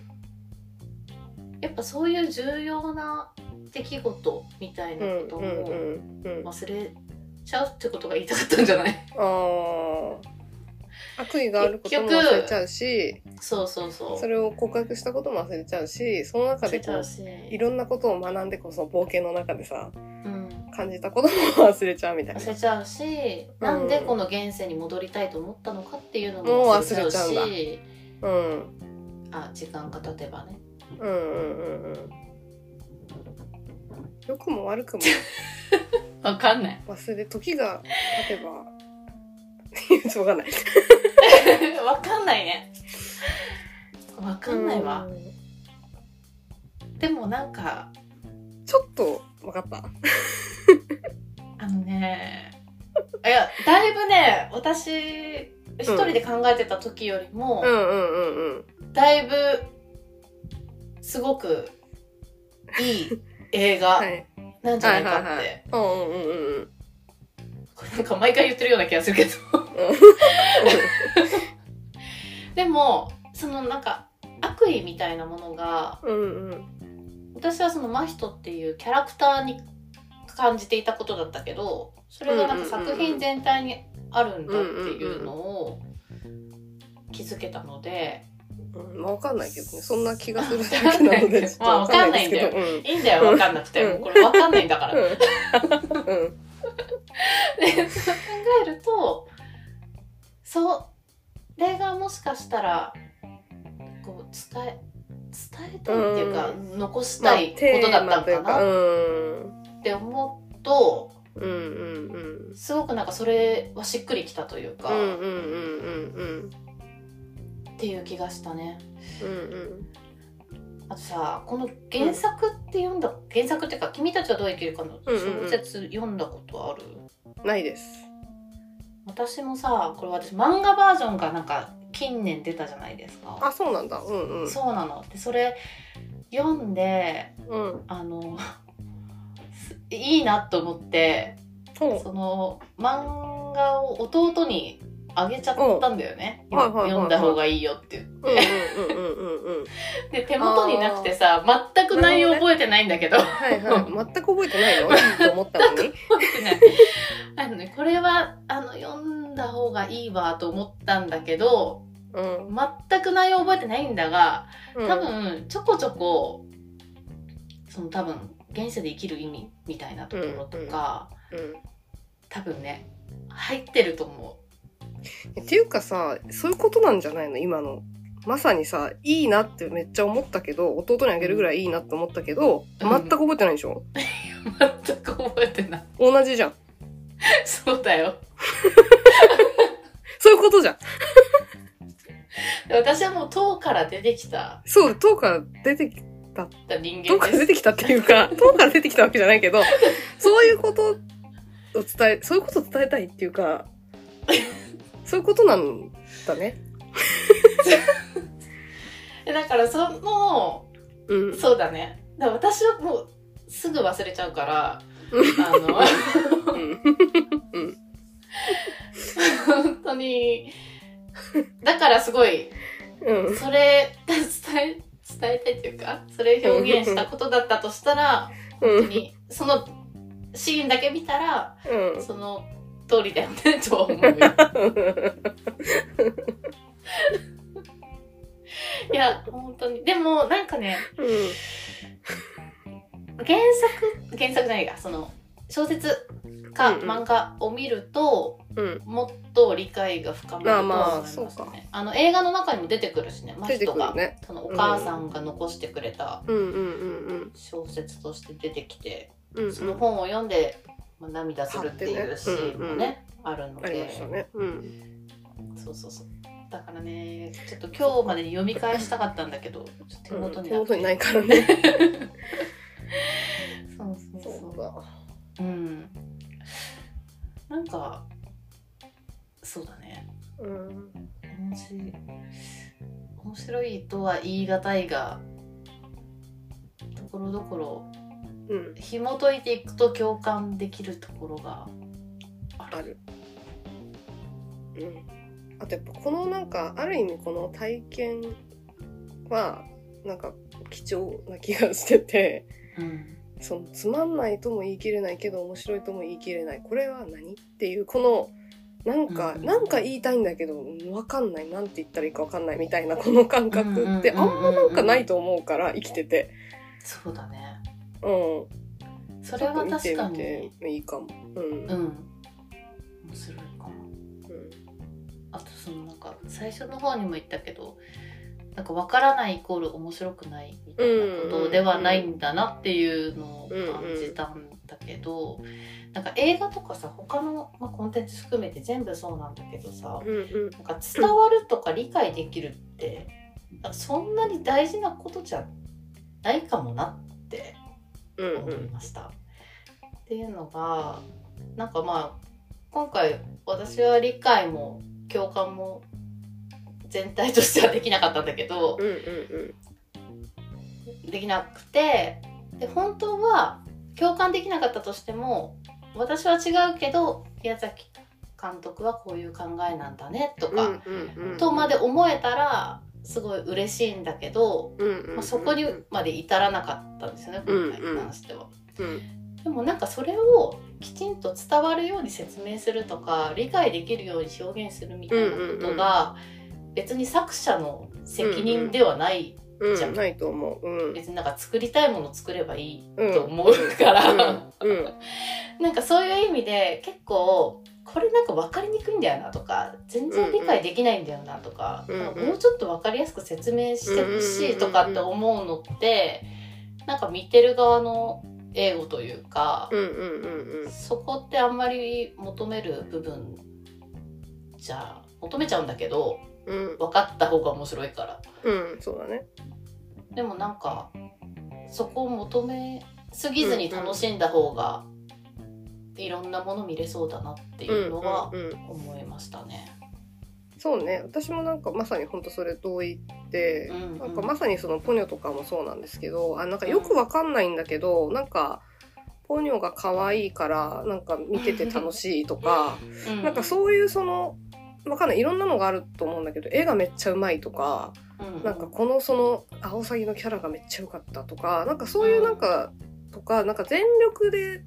Speaker 2: やっぱそういう重要な出来事みたいな
Speaker 1: うん
Speaker 2: こと
Speaker 1: うんう
Speaker 2: を
Speaker 1: んうんあ
Speaker 2: 忘れちゃうってことが言いたかったんじゃない
Speaker 1: あー悪意があることも忘れちゃうし
Speaker 2: そうそうそう
Speaker 1: それを告白したことも忘れちゃうしその中
Speaker 2: 忘
Speaker 1: で
Speaker 2: れ
Speaker 1: こ
Speaker 2: ちゃう
Speaker 1: う
Speaker 2: し
Speaker 1: いろんなことを学んでこそ冒険の中でさ
Speaker 2: うん
Speaker 1: 感じたことも忘れちゃうみたいな
Speaker 2: 忘れちゃうし、
Speaker 1: うん
Speaker 2: なんでこの現世に戻りたいと思ったのかっていうの
Speaker 1: もう
Speaker 2: も忘
Speaker 1: 忘
Speaker 2: れ
Speaker 1: れ
Speaker 2: ち
Speaker 1: ち
Speaker 2: ゃ
Speaker 1: ゃ
Speaker 2: う
Speaker 1: う
Speaker 2: し
Speaker 1: んだうん
Speaker 2: あ時間が経てばね
Speaker 1: うんうんうんうん良くも悪くも
Speaker 2: わかんない
Speaker 1: 忘れ時が経てばい やしょうがない
Speaker 2: わかんないねわかんないわ、
Speaker 1: うん
Speaker 2: でもなんか
Speaker 1: ちょっと分かった
Speaker 2: あのねいやだいぶね私一人で考えてた時よりも
Speaker 1: う、んうんうんうん
Speaker 2: だいぶすごくいい映画
Speaker 1: はい
Speaker 2: なんじゃないかって、
Speaker 1: はいはいはうんうんうんうん
Speaker 2: これなんか毎回言ってるような気がするけどでもそのなんか悪意みたいなものが
Speaker 1: うんうん
Speaker 2: 私はその真人っていうキャラクターに感じていたことだったけどそれがなんか作品全体にあるんだっていうのを気づけたので
Speaker 1: うん、まあわかんないけどね。そんな気がするだけなの で、ちょっとわかんないですけど。うん
Speaker 2: いいんだよ分かんなくて
Speaker 1: うん
Speaker 2: もうこれ分かんないんだから。で
Speaker 1: うん。うん
Speaker 2: そう考えるとそれがもしかしたらこう伝え伝えたいっていうか、
Speaker 1: う
Speaker 2: 残したいことだったの
Speaker 1: まあ
Speaker 2: かな
Speaker 1: テーマというか
Speaker 2: って思うと
Speaker 1: うんうんうんうん。
Speaker 2: すごくなんかそれはしっくりきたというか、
Speaker 1: うんうんうんうん
Speaker 2: っていう気がしたね
Speaker 1: うんうん
Speaker 2: あとさこの原作って読んだ、原作っていうか「君たちはどう生きるか」の
Speaker 1: うんうんうん
Speaker 2: 小説読んだことある、
Speaker 1: うん。ないです。
Speaker 2: 私もさこれ私漫画バージョンがなんか近年出たじゃないですか
Speaker 1: あ、そうなんだ。うんうん。
Speaker 2: そうなのでそれ読んで
Speaker 1: うん。
Speaker 2: あの すいいなと思って
Speaker 1: ほ
Speaker 2: その漫画を弟にあげちゃったんだよね、
Speaker 1: うんはいはいはいはい
Speaker 2: 読んだ方がいいよって言って
Speaker 1: う。うんうんうんうんうんうん。
Speaker 2: で手元になくてさ全く内容覚えてないんだけど覚
Speaker 1: はいはい。全く覚えてないのいいと思ったのに。
Speaker 2: えてないあの、ね、これはあの読んだ方がいいわと思ったんだけど
Speaker 1: うん。
Speaker 2: 全く内容覚えてないんだが
Speaker 1: うん
Speaker 2: 多。分ちょこちょこその多分現世で生きる意味みたいなところとか、
Speaker 1: うん
Speaker 2: 多分ね入ってると思
Speaker 1: っていうかさ、そういうことなんじゃないの今の。まさにさ、いいなってめっちゃ思ったけど、弟にあげるぐらいいいなって思ったけど、
Speaker 2: うん
Speaker 1: 全く覚えてないでしょ、
Speaker 2: う全く覚えてない
Speaker 1: 同じじゃん。
Speaker 2: そうだよ
Speaker 1: そういうことじゃん。
Speaker 2: 私はもう塔から出てきた
Speaker 1: そう、塔から出てき、
Speaker 2: 人
Speaker 1: 塔
Speaker 2: 間
Speaker 1: から出
Speaker 2: です
Speaker 1: てきたっていうか、塔から出てきたわけじゃないけど、 そういうことを伝え、そういうことを伝えたいっていうか、そういうことなんだね。
Speaker 2: え だからその
Speaker 1: うん。
Speaker 2: そうだねだから私はもうすぐ忘れちゃうから
Speaker 1: う
Speaker 2: あの
Speaker 1: ん。
Speaker 2: 本当にだからすごい
Speaker 1: うん。
Speaker 2: それが伝え伝えたいというかそれを表現したことだったとしたら
Speaker 1: う
Speaker 2: 本当
Speaker 1: ん。
Speaker 2: にそのシーンだけ見たら
Speaker 1: うん。
Speaker 2: その通りだよねとは 思うよいや本当にでもなんかね原作原作じゃないかその小説か
Speaker 1: うんうん
Speaker 2: 漫画を見ると
Speaker 1: うん。
Speaker 2: もっと理解が深まるとは思い
Speaker 1: まあまあ
Speaker 2: ますね
Speaker 1: そうか
Speaker 2: あの映画の中にも出てくるしねマ
Speaker 1: 出
Speaker 2: ス
Speaker 1: て
Speaker 2: ト
Speaker 1: く
Speaker 2: が、
Speaker 1: るね。
Speaker 2: そのお母さんが残してくれた
Speaker 1: うんうんうん
Speaker 2: 小説として出てきて、
Speaker 1: うん。うん。
Speaker 2: その本を読んで、まあ、涙するっていうシーンもねあるの
Speaker 1: ありま
Speaker 2: で
Speaker 1: したね。うん。
Speaker 2: そうそうそうだからねちょっと今日までに読み返したかったんだけどちょっと手元に
Speaker 1: 手
Speaker 2: なく
Speaker 1: 元
Speaker 2: て
Speaker 1: にないからね。
Speaker 2: そうそうそう
Speaker 1: そうだ。
Speaker 2: うんなんかそうだね
Speaker 1: うん。
Speaker 2: 面白い面白いとは言い難いがところどころ
Speaker 1: うん。
Speaker 2: 紐解いていくと共感できるところが
Speaker 1: ある。うん。あとやっぱこのなんか、ある意味この体験は、なんか貴重な気がしてて、
Speaker 2: うん
Speaker 1: そのつまんないとも言い切れないけど面白いとも言い切れないこれは何っていうこのなんか、
Speaker 2: うん
Speaker 1: なんか言いたいんだけど分かんないなんて言ったらいいか分かんないみたいなこの感覚って
Speaker 2: う
Speaker 1: あ
Speaker 2: うんうう
Speaker 1: まなんかないと思うから生きてて
Speaker 2: そうだね
Speaker 1: うん
Speaker 2: それは確か
Speaker 1: 見て
Speaker 2: に
Speaker 1: みていいかもうん
Speaker 2: うん面白いかもあとそのなんか最初の方にも言ったけどなんか分からないイコール面白くないみたいなことではないんだなっていうのを感じたんだけど、なんか映画とかさ他の、まあ、コンテンツ含めて全部そうなんだけどさ
Speaker 1: うんうん
Speaker 2: なんか伝わるとか理解できるってなんかそんなに大事なことじゃないかもなって
Speaker 1: うん
Speaker 2: 思いました。っていうのがなんかまあ今回私は理解も共感も全体としてはできなかったんだけど
Speaker 1: うんうんうん
Speaker 2: できなくてで本当は共感できなかったとしても私は違うけど宮崎監督はこういう考えなんだねとか、
Speaker 1: うんうん
Speaker 2: とまで思えたらすごい嬉しいんだけど、
Speaker 1: うんうんうん
Speaker 2: まあ、そこにまで至らなかったんですよね今回に関しては。
Speaker 1: うん
Speaker 2: でもなんかそれをきちんと伝わるように説明するとか理解できるように表現するみたいなことが別に作者の責任ではない、
Speaker 1: うん
Speaker 2: じゃん
Speaker 1: ないと思ううん
Speaker 2: 別になんか作りたいものを作ればいい
Speaker 1: うん
Speaker 2: と思うから、
Speaker 1: うんうん
Speaker 2: なんかそういう意味で結構これなんか分かりにくいんだよなとか全然理解できないんだよなとか,、
Speaker 1: うんうん
Speaker 2: なんかもうちょっと分かりやすく説明してほしいとかって思うのってなんか見てる側の英語というか。
Speaker 1: うんうんうんうん
Speaker 2: そこってあんまり求める部分じゃ求めちゃうんだけど
Speaker 1: うん
Speaker 2: 分かった方が面白いから
Speaker 1: うんそうだね
Speaker 2: でもなんかそこを求めすぎずに楽しんだ方がいろんなもの見れそうだなっていうのは
Speaker 1: うんうんうん
Speaker 2: 思いましたね。
Speaker 1: そうね私もなんかまさに本当それ同意って、
Speaker 2: うんうん
Speaker 1: なんかまさにそのポニョとかもそうなんですけどあなんかよくわかんないんだけど、なんかポニョが可愛いからなんか見てて楽しいとかなんかそういうそのわかんないいろんなのがあると思うんだけど絵がめっちゃうまいとか
Speaker 2: うん
Speaker 1: なんかこのそのアオサギのキャラがめっちゃ良かったとかなんかそういうなんか、とかなんか全力で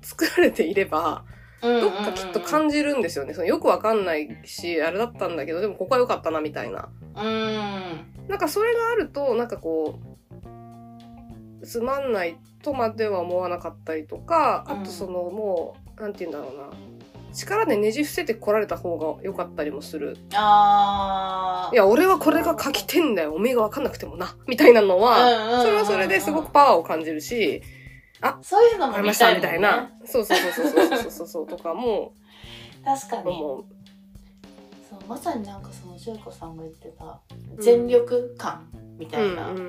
Speaker 1: 作られていればどっかきっと感じるんですよね。そのよくわかんないし、あれだったんだけど、でもここは良かったなみたいな。
Speaker 2: うんうんうん
Speaker 1: なんかそれがあると、なんかこう、つまんないとまでは思わなかったりとか、あ
Speaker 2: うん
Speaker 1: とそのもう、なんて言うんだろうな。力でねじ伏せてこられた方が良かったりもする。
Speaker 2: あー
Speaker 1: いや、俺はこれが書き点だよ。おめえがわかんなくてもな。みたいなのは、
Speaker 2: うんうんうんうん
Speaker 1: それはそれですごくパワーを感じるし、
Speaker 2: そういうの
Speaker 1: わかり
Speaker 2: も
Speaker 1: ま
Speaker 2: 見
Speaker 1: した
Speaker 2: たい
Speaker 1: み
Speaker 2: もん
Speaker 1: た
Speaker 2: ね
Speaker 1: いな。そうそうそうそうそうそうそうとかも、
Speaker 2: 確かに
Speaker 1: も
Speaker 2: そうまさになんかその純子さんが言ってた全力感み
Speaker 1: う、
Speaker 2: た
Speaker 1: う
Speaker 2: い
Speaker 1: ん
Speaker 2: な
Speaker 1: うんうん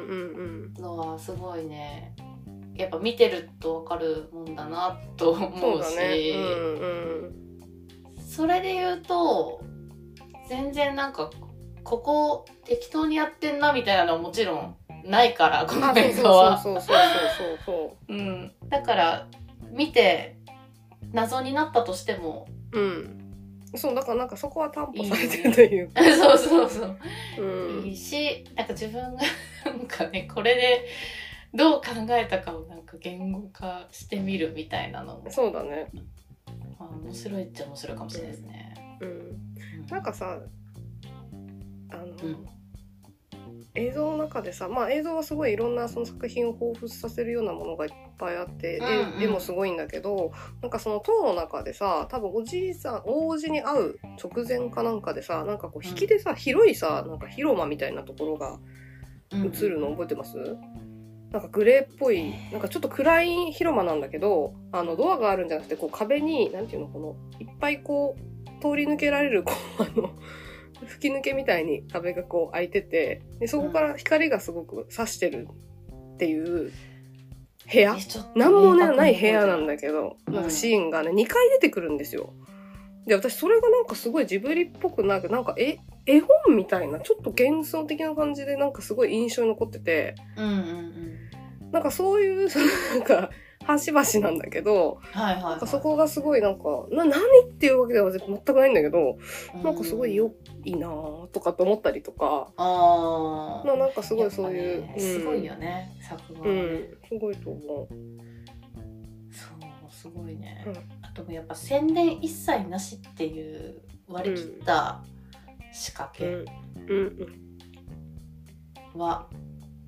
Speaker 1: うん。
Speaker 2: のはすごいねやっぱ見てると分かるもんだなと思うしそ
Speaker 1: うんうん
Speaker 2: れで言うと全然なんかここ適当にやってんなみたいなのはもちろんないからこの
Speaker 1: あ、そう
Speaker 2: 映画は
Speaker 1: そうそうそうそうそうそ
Speaker 2: うんだから見て謎になったとして も
Speaker 1: う。うん。そう、だからなんかそこは担保されてるというか。
Speaker 2: そうそうそう
Speaker 1: う
Speaker 2: いい
Speaker 1: ん。
Speaker 2: しなんか自分がなんかねこれでどう考えたかをなんか言語化してみるみたいなのも、
Speaker 1: そうだね。
Speaker 2: まあ、面白いっちゃ面白いかもしれないですね。
Speaker 1: うん。
Speaker 2: うん
Speaker 1: なんかさ、あの、
Speaker 2: ん
Speaker 1: 映像の中でさ、まあ映像はすごいいろんなその作品を彷彿させるようなものがいっぱいあって、で
Speaker 2: うんうん
Speaker 1: でもすごいんだけど、なんかその塔の中でさ、多分おじいさん、大叔父に会う直前かなんかでさ、なんかこう引きでさ、広いさ、なんか広間みたいなところが映るの覚えてますなんかグレーっぽいなんかちょっと暗い広間なんだけどあのドアがあるんじゃなくてこう壁になんていうのこのいっぱいこう通り抜けられるこうあの 吹き抜けみたいに壁がこう開いててでそこから光がすごく差してるっていう部屋
Speaker 2: えちょっと
Speaker 1: なんもねない部屋なんだけど、
Speaker 2: うん
Speaker 1: なんかシーンがね2回出てくるんですよ。で私それがなんかすごいジブリっぽくなくなんかえ絵本みたいなちょっと幻想的な感じでなんかすごい印象に残ってて
Speaker 2: うんうんうん
Speaker 1: なんかそういうそのなんか端々なんだけど
Speaker 2: はいはい、は
Speaker 1: なん
Speaker 2: い、
Speaker 1: かそこがすごいなんかな何っていうわけでは全くないんだけどなんかすごい良いなぁとかと思ったりとか、
Speaker 2: あ
Speaker 1: ま
Speaker 2: あ
Speaker 1: あ、なんかすごいそういう、うん
Speaker 2: すごいよね作画は
Speaker 1: う
Speaker 2: ね、
Speaker 1: んすごいと思う
Speaker 2: そうすごいね、
Speaker 1: うん
Speaker 2: あとやっぱ宣伝一切なしっていう割り切った仕掛
Speaker 1: うん
Speaker 2: け
Speaker 1: うん
Speaker 2: は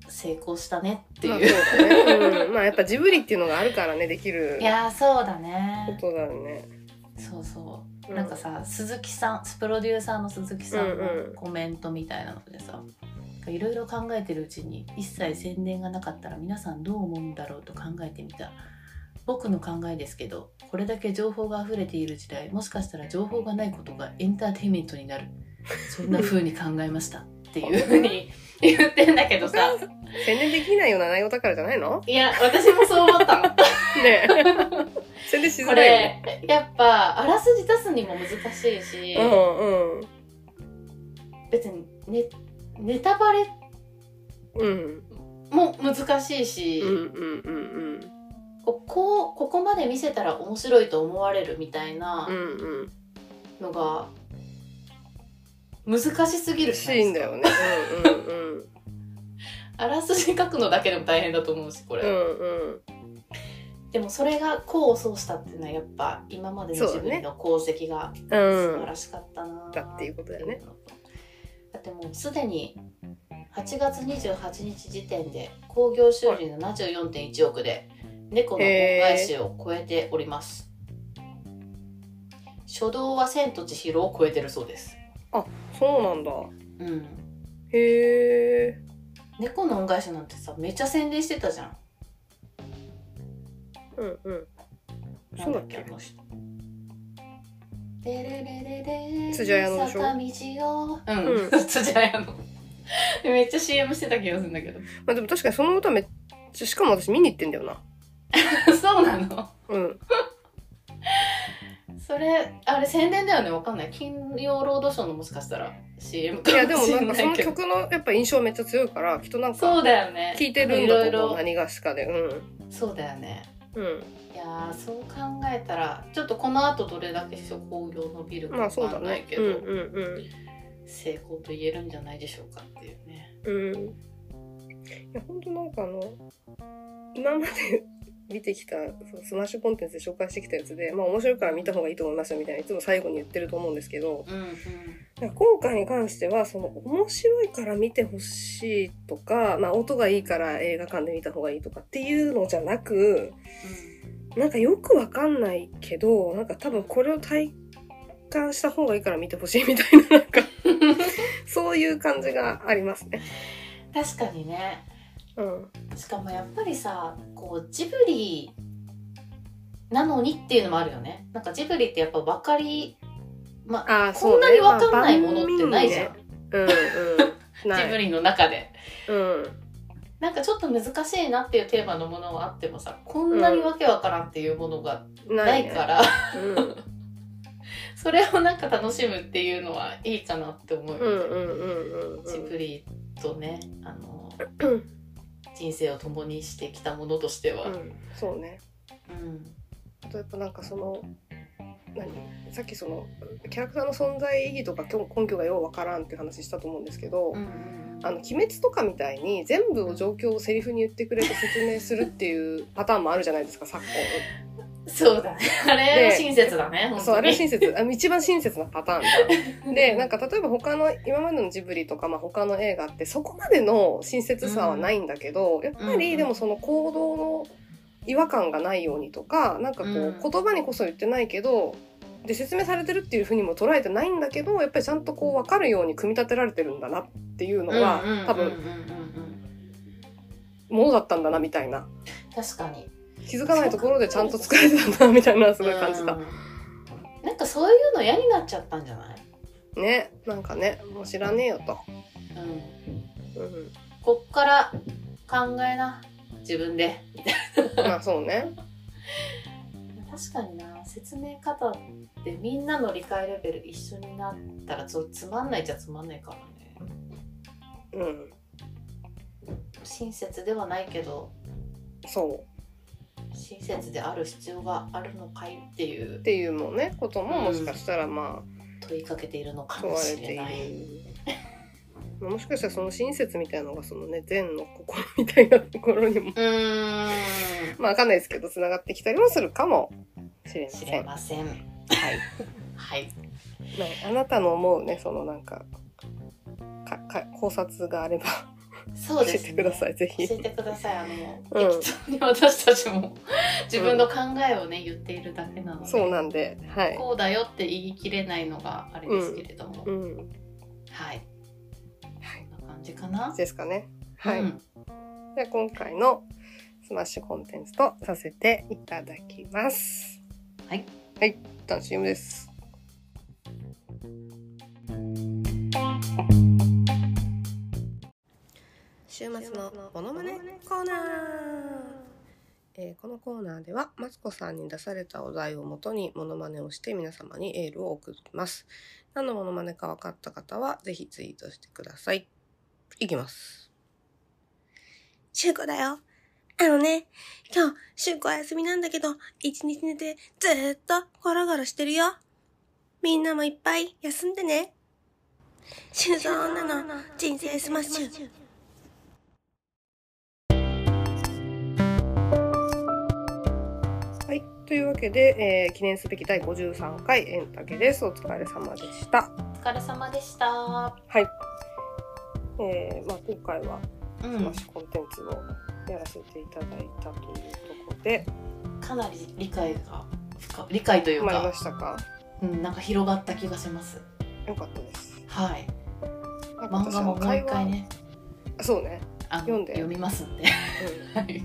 Speaker 2: 成功したねって
Speaker 1: まあ
Speaker 2: い
Speaker 1: そう
Speaker 2: う、
Speaker 1: だね、うん、まあやっぱジブリっていうのがあるからねできる
Speaker 2: いやーそうだ
Speaker 1: こ
Speaker 2: ね
Speaker 1: とだよね。
Speaker 2: そうそう
Speaker 1: う
Speaker 2: なんかさ鈴木さんプロデューサーの鈴木さんのコメントみたいなのでさいろいろ考えてるうちに一切宣伝がなかったら皆さんどう思うんだろうと考えてみた僕の考えですけどこれだけ情報が溢れている時代もしかしたら情報がないことがエンターテインメントになるそんな風に考えましたっていう風に言ってんだけど さ
Speaker 1: 宣伝できないような内容だからじゃないの？
Speaker 2: いや私もそう思ったの。
Speaker 1: ね え。宣伝しづ
Speaker 2: こ
Speaker 1: らいよね。
Speaker 2: れやっぱあらすじ出すにも難しいし、
Speaker 1: うんうん
Speaker 2: 別にネネタバレ
Speaker 1: うん
Speaker 2: も難しいし、
Speaker 1: うんうんうん
Speaker 2: ここうここまで見せたら面白いと思われるみたいな
Speaker 1: うんうん
Speaker 2: のが難しすぎ
Speaker 1: うん。
Speaker 2: る
Speaker 1: シーンだよね。うんうんうん
Speaker 2: あらすじ書くのだけでも大変だと思うしこれ、
Speaker 1: うん
Speaker 2: でもそれが功を奏したっていうのはやっぱ今までの自
Speaker 1: そうだ
Speaker 2: 分
Speaker 1: ね
Speaker 2: の功績
Speaker 1: う
Speaker 2: が
Speaker 1: ん
Speaker 2: 素
Speaker 1: う
Speaker 2: 晴
Speaker 1: ん。
Speaker 2: らしかったな
Speaker 1: だっていうことだよね
Speaker 2: っていうのとだってもうすでに8月28日時点で興行収入74.1億で猫の恩返しを超えております初動は千と千尋を超えてるそうです
Speaker 1: そうなんだ。
Speaker 2: うん
Speaker 1: へえ。
Speaker 2: 猫の恩返しなんてさめちゃ宣伝してたじゃん
Speaker 1: うんうん。
Speaker 2: な
Speaker 1: そ
Speaker 2: ん
Speaker 1: うだ
Speaker 2: だっ
Speaker 1: っ
Speaker 2: け
Speaker 1: け
Speaker 2: あの人レレレレレ
Speaker 1: 辻彩乃でしょ
Speaker 2: 坂道をう
Speaker 1: う
Speaker 2: ん、 辻彩乃めっちゃ CM してた気がするんだけど
Speaker 1: まあでも確かにその歌めっちゃしかも私見に行ってんだよな。
Speaker 2: そうなの
Speaker 1: うん。
Speaker 2: それあれ宣伝だよねわかんない金曜ロードショーのもしかしたら CM
Speaker 1: い
Speaker 2: か
Speaker 1: やで
Speaker 2: も
Speaker 1: も
Speaker 2: し
Speaker 1: な
Speaker 2: れ
Speaker 1: ん
Speaker 2: な
Speaker 1: かそ
Speaker 2: い
Speaker 1: の
Speaker 2: けど
Speaker 1: 曲のやっぱ印象めっちゃ強いからきっとなん
Speaker 2: そ
Speaker 1: か
Speaker 2: うだよね
Speaker 1: 聞いてるんだ
Speaker 2: い
Speaker 1: と
Speaker 2: ろ
Speaker 1: 思う
Speaker 2: いろ
Speaker 1: 何がしかで。う
Speaker 2: そうだよね
Speaker 1: んうん。
Speaker 2: いやーそう考えたらちょっとこの後どれだけ商工業伸びるか
Speaker 1: まあ
Speaker 2: わ
Speaker 1: そう
Speaker 2: か
Speaker 1: だ
Speaker 2: んな
Speaker 1: ね
Speaker 2: い。け
Speaker 1: う
Speaker 2: ど、
Speaker 1: んうん
Speaker 2: 成功と言えるんじゃないでしょうかっていうね
Speaker 1: うん。うん。いや本当なんかあの今まで見てきたそうスマッシュコンテンツで紹介してきたやつで、まあ面白いから見た方がいいと思いますよみたいないつも最後に言ってると思うんですけど、
Speaker 2: うんうん
Speaker 1: なんか今回に関してはその面白いから見てほしいとか、まあ音がいいから映画館で見た方がいいとかっていうのじゃなく、なんかよくわかんないけど、なんか多分これを体感した方がいいから見てほしいみたいな、 なんか、そういう感じがありますね。
Speaker 2: うん確かにね
Speaker 1: うん。
Speaker 2: しかもやっぱりさこうジブリなのにっていうのもあるよねなんかジブリってやっぱ分かりま
Speaker 1: ああ、
Speaker 2: こんなに分かんないものってないじゃん、
Speaker 1: まあ万民ねうんうん。な
Speaker 2: ジブ
Speaker 1: い。
Speaker 2: リの中で
Speaker 1: うん。
Speaker 2: なんかちょっと難しいなっていうテーマのものはあってもさこんなにわけわからんっていうものが
Speaker 1: な
Speaker 2: ないい
Speaker 1: ね
Speaker 2: から、
Speaker 1: うん。
Speaker 2: それをなんか楽しむっていうのはいいかなって思うよね、
Speaker 1: うんうんうんうん
Speaker 2: ジブリとねあの
Speaker 1: うん
Speaker 2: 人生を共にしてきたものとしては、
Speaker 1: うんそうね
Speaker 2: うん
Speaker 1: あとやっぱなんかその何さっきそのキャラクターの存在意義とか根根拠がようわからんって話したと思うんですけど、
Speaker 2: うん
Speaker 1: あの鬼滅とかみたいに全部を状況をセリフに言ってくれて説明するっていうパターンもあるじゃないですか昨
Speaker 2: そうだねあれは親切だね
Speaker 1: 今
Speaker 2: 本当に
Speaker 1: そうあれは親切あの一番親切なパターン だでなんか例えば他の今までのジブリとか、まあ、他の映画ってそこまでの親切さはないんだけど、やっぱ
Speaker 2: うん
Speaker 1: りでもその行動の違和感がないようにとかなんかこう、
Speaker 2: うん
Speaker 1: 言葉にこそ言ってないけどで説明されてるっていうふうにも捉えてないんだけどやっぱりちゃんとこう分かるように組み立てられてるんだなっていうのは、
Speaker 2: うんうんうんうんうん
Speaker 1: 多分ものだったんだなみたいな。
Speaker 2: 確かに
Speaker 1: 気づかないところでちゃんと作れてたなみたいなのはすごい感じた、
Speaker 2: うんなんかそういうの嫌になっちゃったんじゃない、
Speaker 1: ねなんかねもう知らねえよと、
Speaker 2: うん、
Speaker 1: うん、
Speaker 2: こっから考えな自分でみたい
Speaker 1: まあそうね
Speaker 2: な確かにな説明方ってみんなの理解レベル一緒になったらそうつまんないじゃつまんないからね
Speaker 1: うん
Speaker 2: 親切ではないけど
Speaker 1: そう
Speaker 2: 親切である必要があるのかいっていう
Speaker 1: っていうもねことも
Speaker 2: うん
Speaker 1: もしかしたらま
Speaker 2: 問いかけているの
Speaker 1: あ
Speaker 2: か
Speaker 1: 問
Speaker 2: も
Speaker 1: わ
Speaker 2: し
Speaker 1: れ
Speaker 2: れ
Speaker 1: て
Speaker 2: ない
Speaker 1: いるもしかしたらその親切みたいなのがそのね善の心みたいなところにも
Speaker 2: うーん
Speaker 1: まあわかんないですけどつながってきたりもするかもしれま
Speaker 2: 知
Speaker 1: せ
Speaker 2: れ
Speaker 1: ん、ね、
Speaker 2: ません
Speaker 1: はい
Speaker 2: はい
Speaker 1: あなたの思うねそのなんかかか考察があれば
Speaker 2: そ
Speaker 1: 教
Speaker 2: うで
Speaker 1: え
Speaker 2: す、
Speaker 1: て
Speaker 2: ね、
Speaker 1: くださいぜひ
Speaker 2: 教えてくださいあの、
Speaker 1: うん
Speaker 2: 適当に私たちも自分の考えをね言っているだけなので
Speaker 1: そうなんではい
Speaker 2: こうだよって言い切れないのがあれですけれども、
Speaker 1: うん
Speaker 2: はい
Speaker 1: はい
Speaker 2: こんな感じかな
Speaker 1: ですかね。はい。
Speaker 2: うん
Speaker 1: で今回のスマッシュコンテンツとさせていただきます。
Speaker 2: はい。
Speaker 1: はい。一旦 CM です。週末のモノマネコーナー。えーこのコーナーではマツコさんに出されたお題をもとにモノマネをして皆様にエールを送ります。何のモノマネか分かった方はぜひツイートしてください。いきます。
Speaker 5: シュウコだよ。あのね、今日、シュウコは休みなんだけど、一日寝てずーっとゴロゴロしてるよ。みんなもいっぱい休んでね。シュウゾー女の人生スマッシュ。
Speaker 1: はい。というわけで、えー記念すべき第53回エンタケです。お疲れ様でした。
Speaker 2: お疲れ様でした
Speaker 1: はい。えーまあ、今回は
Speaker 2: う
Speaker 1: スマ
Speaker 2: ん
Speaker 1: ッシュコンテンツをやらせていただいたというところで、
Speaker 2: かなり理解が深理解という
Speaker 1: 決まりま
Speaker 2: か、
Speaker 1: したか
Speaker 2: うん、なんか広がった気がします
Speaker 1: よかったです。
Speaker 2: はい
Speaker 1: なんか
Speaker 2: 漫
Speaker 1: 私
Speaker 2: 画ももう一回ね
Speaker 1: あそうね。
Speaker 2: あの
Speaker 1: 読んで
Speaker 2: 読みま すんで
Speaker 1: うん。
Speaker 2: はい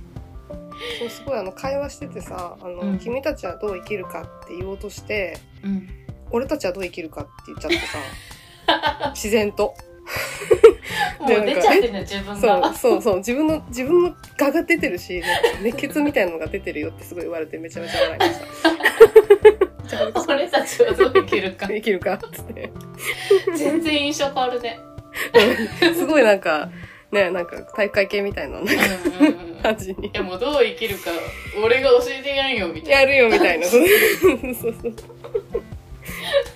Speaker 1: そうすごいあの会話しててさ、あの、
Speaker 2: うん
Speaker 1: 君たちはどう生きるかって言おうとして、
Speaker 2: うん
Speaker 1: 俺たちはどう生きるかって言っちゃって さ、自然と。
Speaker 2: もう出ちゃってるね自分
Speaker 1: そう
Speaker 2: が
Speaker 1: そうそう自分の自分の画が出てるしなんか熱血みたいなのが出てるよってすごい言われてめちゃめちゃ笑いました
Speaker 2: 俺たちはどう生きる か
Speaker 1: 生きるかっつ って
Speaker 2: 全然印象変わ るね
Speaker 1: すごいなんかねなんか体育会系みたいななんか
Speaker 2: うんうんうん
Speaker 1: 感じに
Speaker 2: いやもうどう生きるか俺が教えてやんよみたい
Speaker 1: やるよみたいなそうそうそう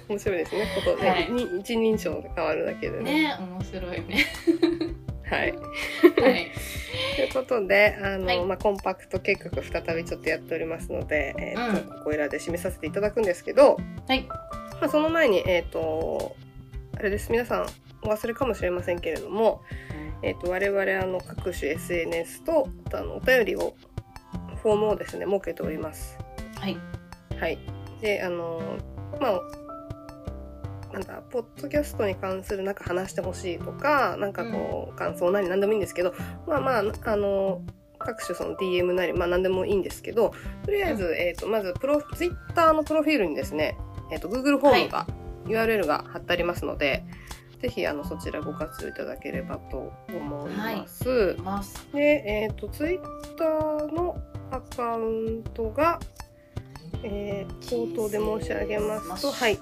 Speaker 1: 面白いですねことね、
Speaker 2: はい
Speaker 1: に一人称が変わるだけで
Speaker 2: な
Speaker 1: ね
Speaker 2: ね面白い ね
Speaker 1: はい
Speaker 2: はい
Speaker 1: ということであの、
Speaker 2: はい
Speaker 1: まあ、コンパクト計画再びちょっとやっておりますので、えー
Speaker 2: うん
Speaker 1: とここいらで締めさせていただくんですけど、
Speaker 2: はい
Speaker 1: まあ、その前に、えっ、と、あれです、皆さんお忘れかもしれませんけれども、えっ、と、我々、あの、各種 SNS と、あとあの、お便りを、フォームをですね、設けております。
Speaker 2: はい
Speaker 1: はい。で、あの、まあ、なんだ、ポッドキャストに関するなんか話してほしいとか、なんかこう、感想なり何でもいいんですけど、まあまあ、あの、各種その DM なり、まあ何でもいいんですけど、とりあえず、えっ、と、まず、プロ、ツイッターのプロフィールにですね、えっ、と、Google フォームが、URL が貼ってありますので、ぜひ、あの、そちらご活用いただければと思います。
Speaker 2: ます
Speaker 1: で、えっ、と、ツイッターのアカウントが、えー、口頭で申し上げますと、はい、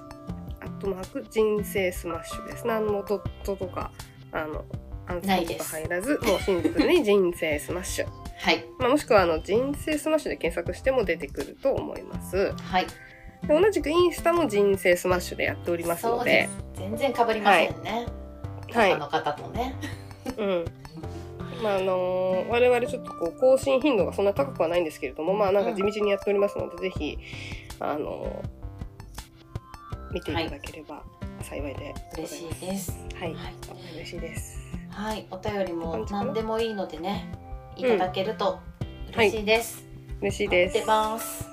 Speaker 1: トマーク人生スマッシュです。何もドットとか、あの、アンサ
Speaker 2: ない
Speaker 1: ーと
Speaker 2: で
Speaker 1: か
Speaker 2: す
Speaker 1: 入らず、もうシンプルに人生スマッシュ。
Speaker 2: はい
Speaker 1: まあ、もしくは、あの、人生スマッシュで検索しても出てくると思います。
Speaker 2: はい
Speaker 1: で同じくインスタも人生スマッシュでやっております
Speaker 2: そ
Speaker 1: の
Speaker 2: うで、
Speaker 1: です
Speaker 2: 全然かぶりませんね、
Speaker 1: はい
Speaker 2: 他の方とね
Speaker 1: うん。まああの我々ちょっとこう更新頻度がそんな高くはないんですけれどもまあなんか地道にやっておりますので、ぜひあの見ていただければ幸いでございま
Speaker 2: 嬉
Speaker 1: す
Speaker 2: しいです
Speaker 1: はい、
Speaker 2: はい
Speaker 1: 嬉しいです
Speaker 2: はい、お便り
Speaker 1: こん
Speaker 2: も
Speaker 1: な感じかな
Speaker 2: 何でもいいのでね、い
Speaker 1: うん
Speaker 2: ただけると嬉しいです。
Speaker 1: 嬉しいです
Speaker 2: 待ってます。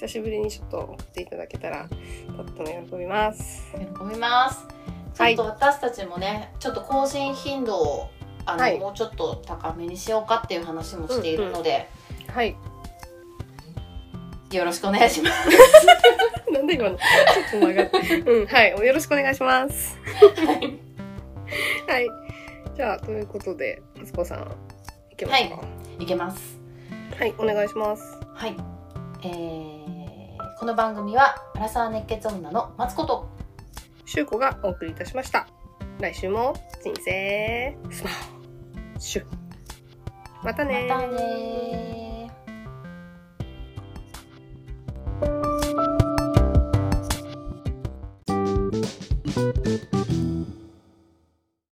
Speaker 1: 久しぶりにちょっと送っていただけたらとっても喜びます
Speaker 2: 喜びます。ちょ
Speaker 1: は
Speaker 2: っ
Speaker 1: い
Speaker 2: と私たちもね、ちょっと更新頻度をあの、
Speaker 1: はい
Speaker 2: もうちょっと高めにしようかっていう話もしているので、
Speaker 1: はい
Speaker 2: よろしくお願いします。
Speaker 1: なんで 今のちょっと曲がってうんはいよろしくお願いします
Speaker 2: はい
Speaker 1: はいじゃあということで息子さんいけますか
Speaker 2: いけます。
Speaker 1: はい、お願いします
Speaker 2: はい、えーこの番組はアラサー熱血女のマツコと
Speaker 1: しゅうこがお送りいたしました。来週も人生スマッシュ。また
Speaker 2: ま
Speaker 1: ねー
Speaker 2: たねー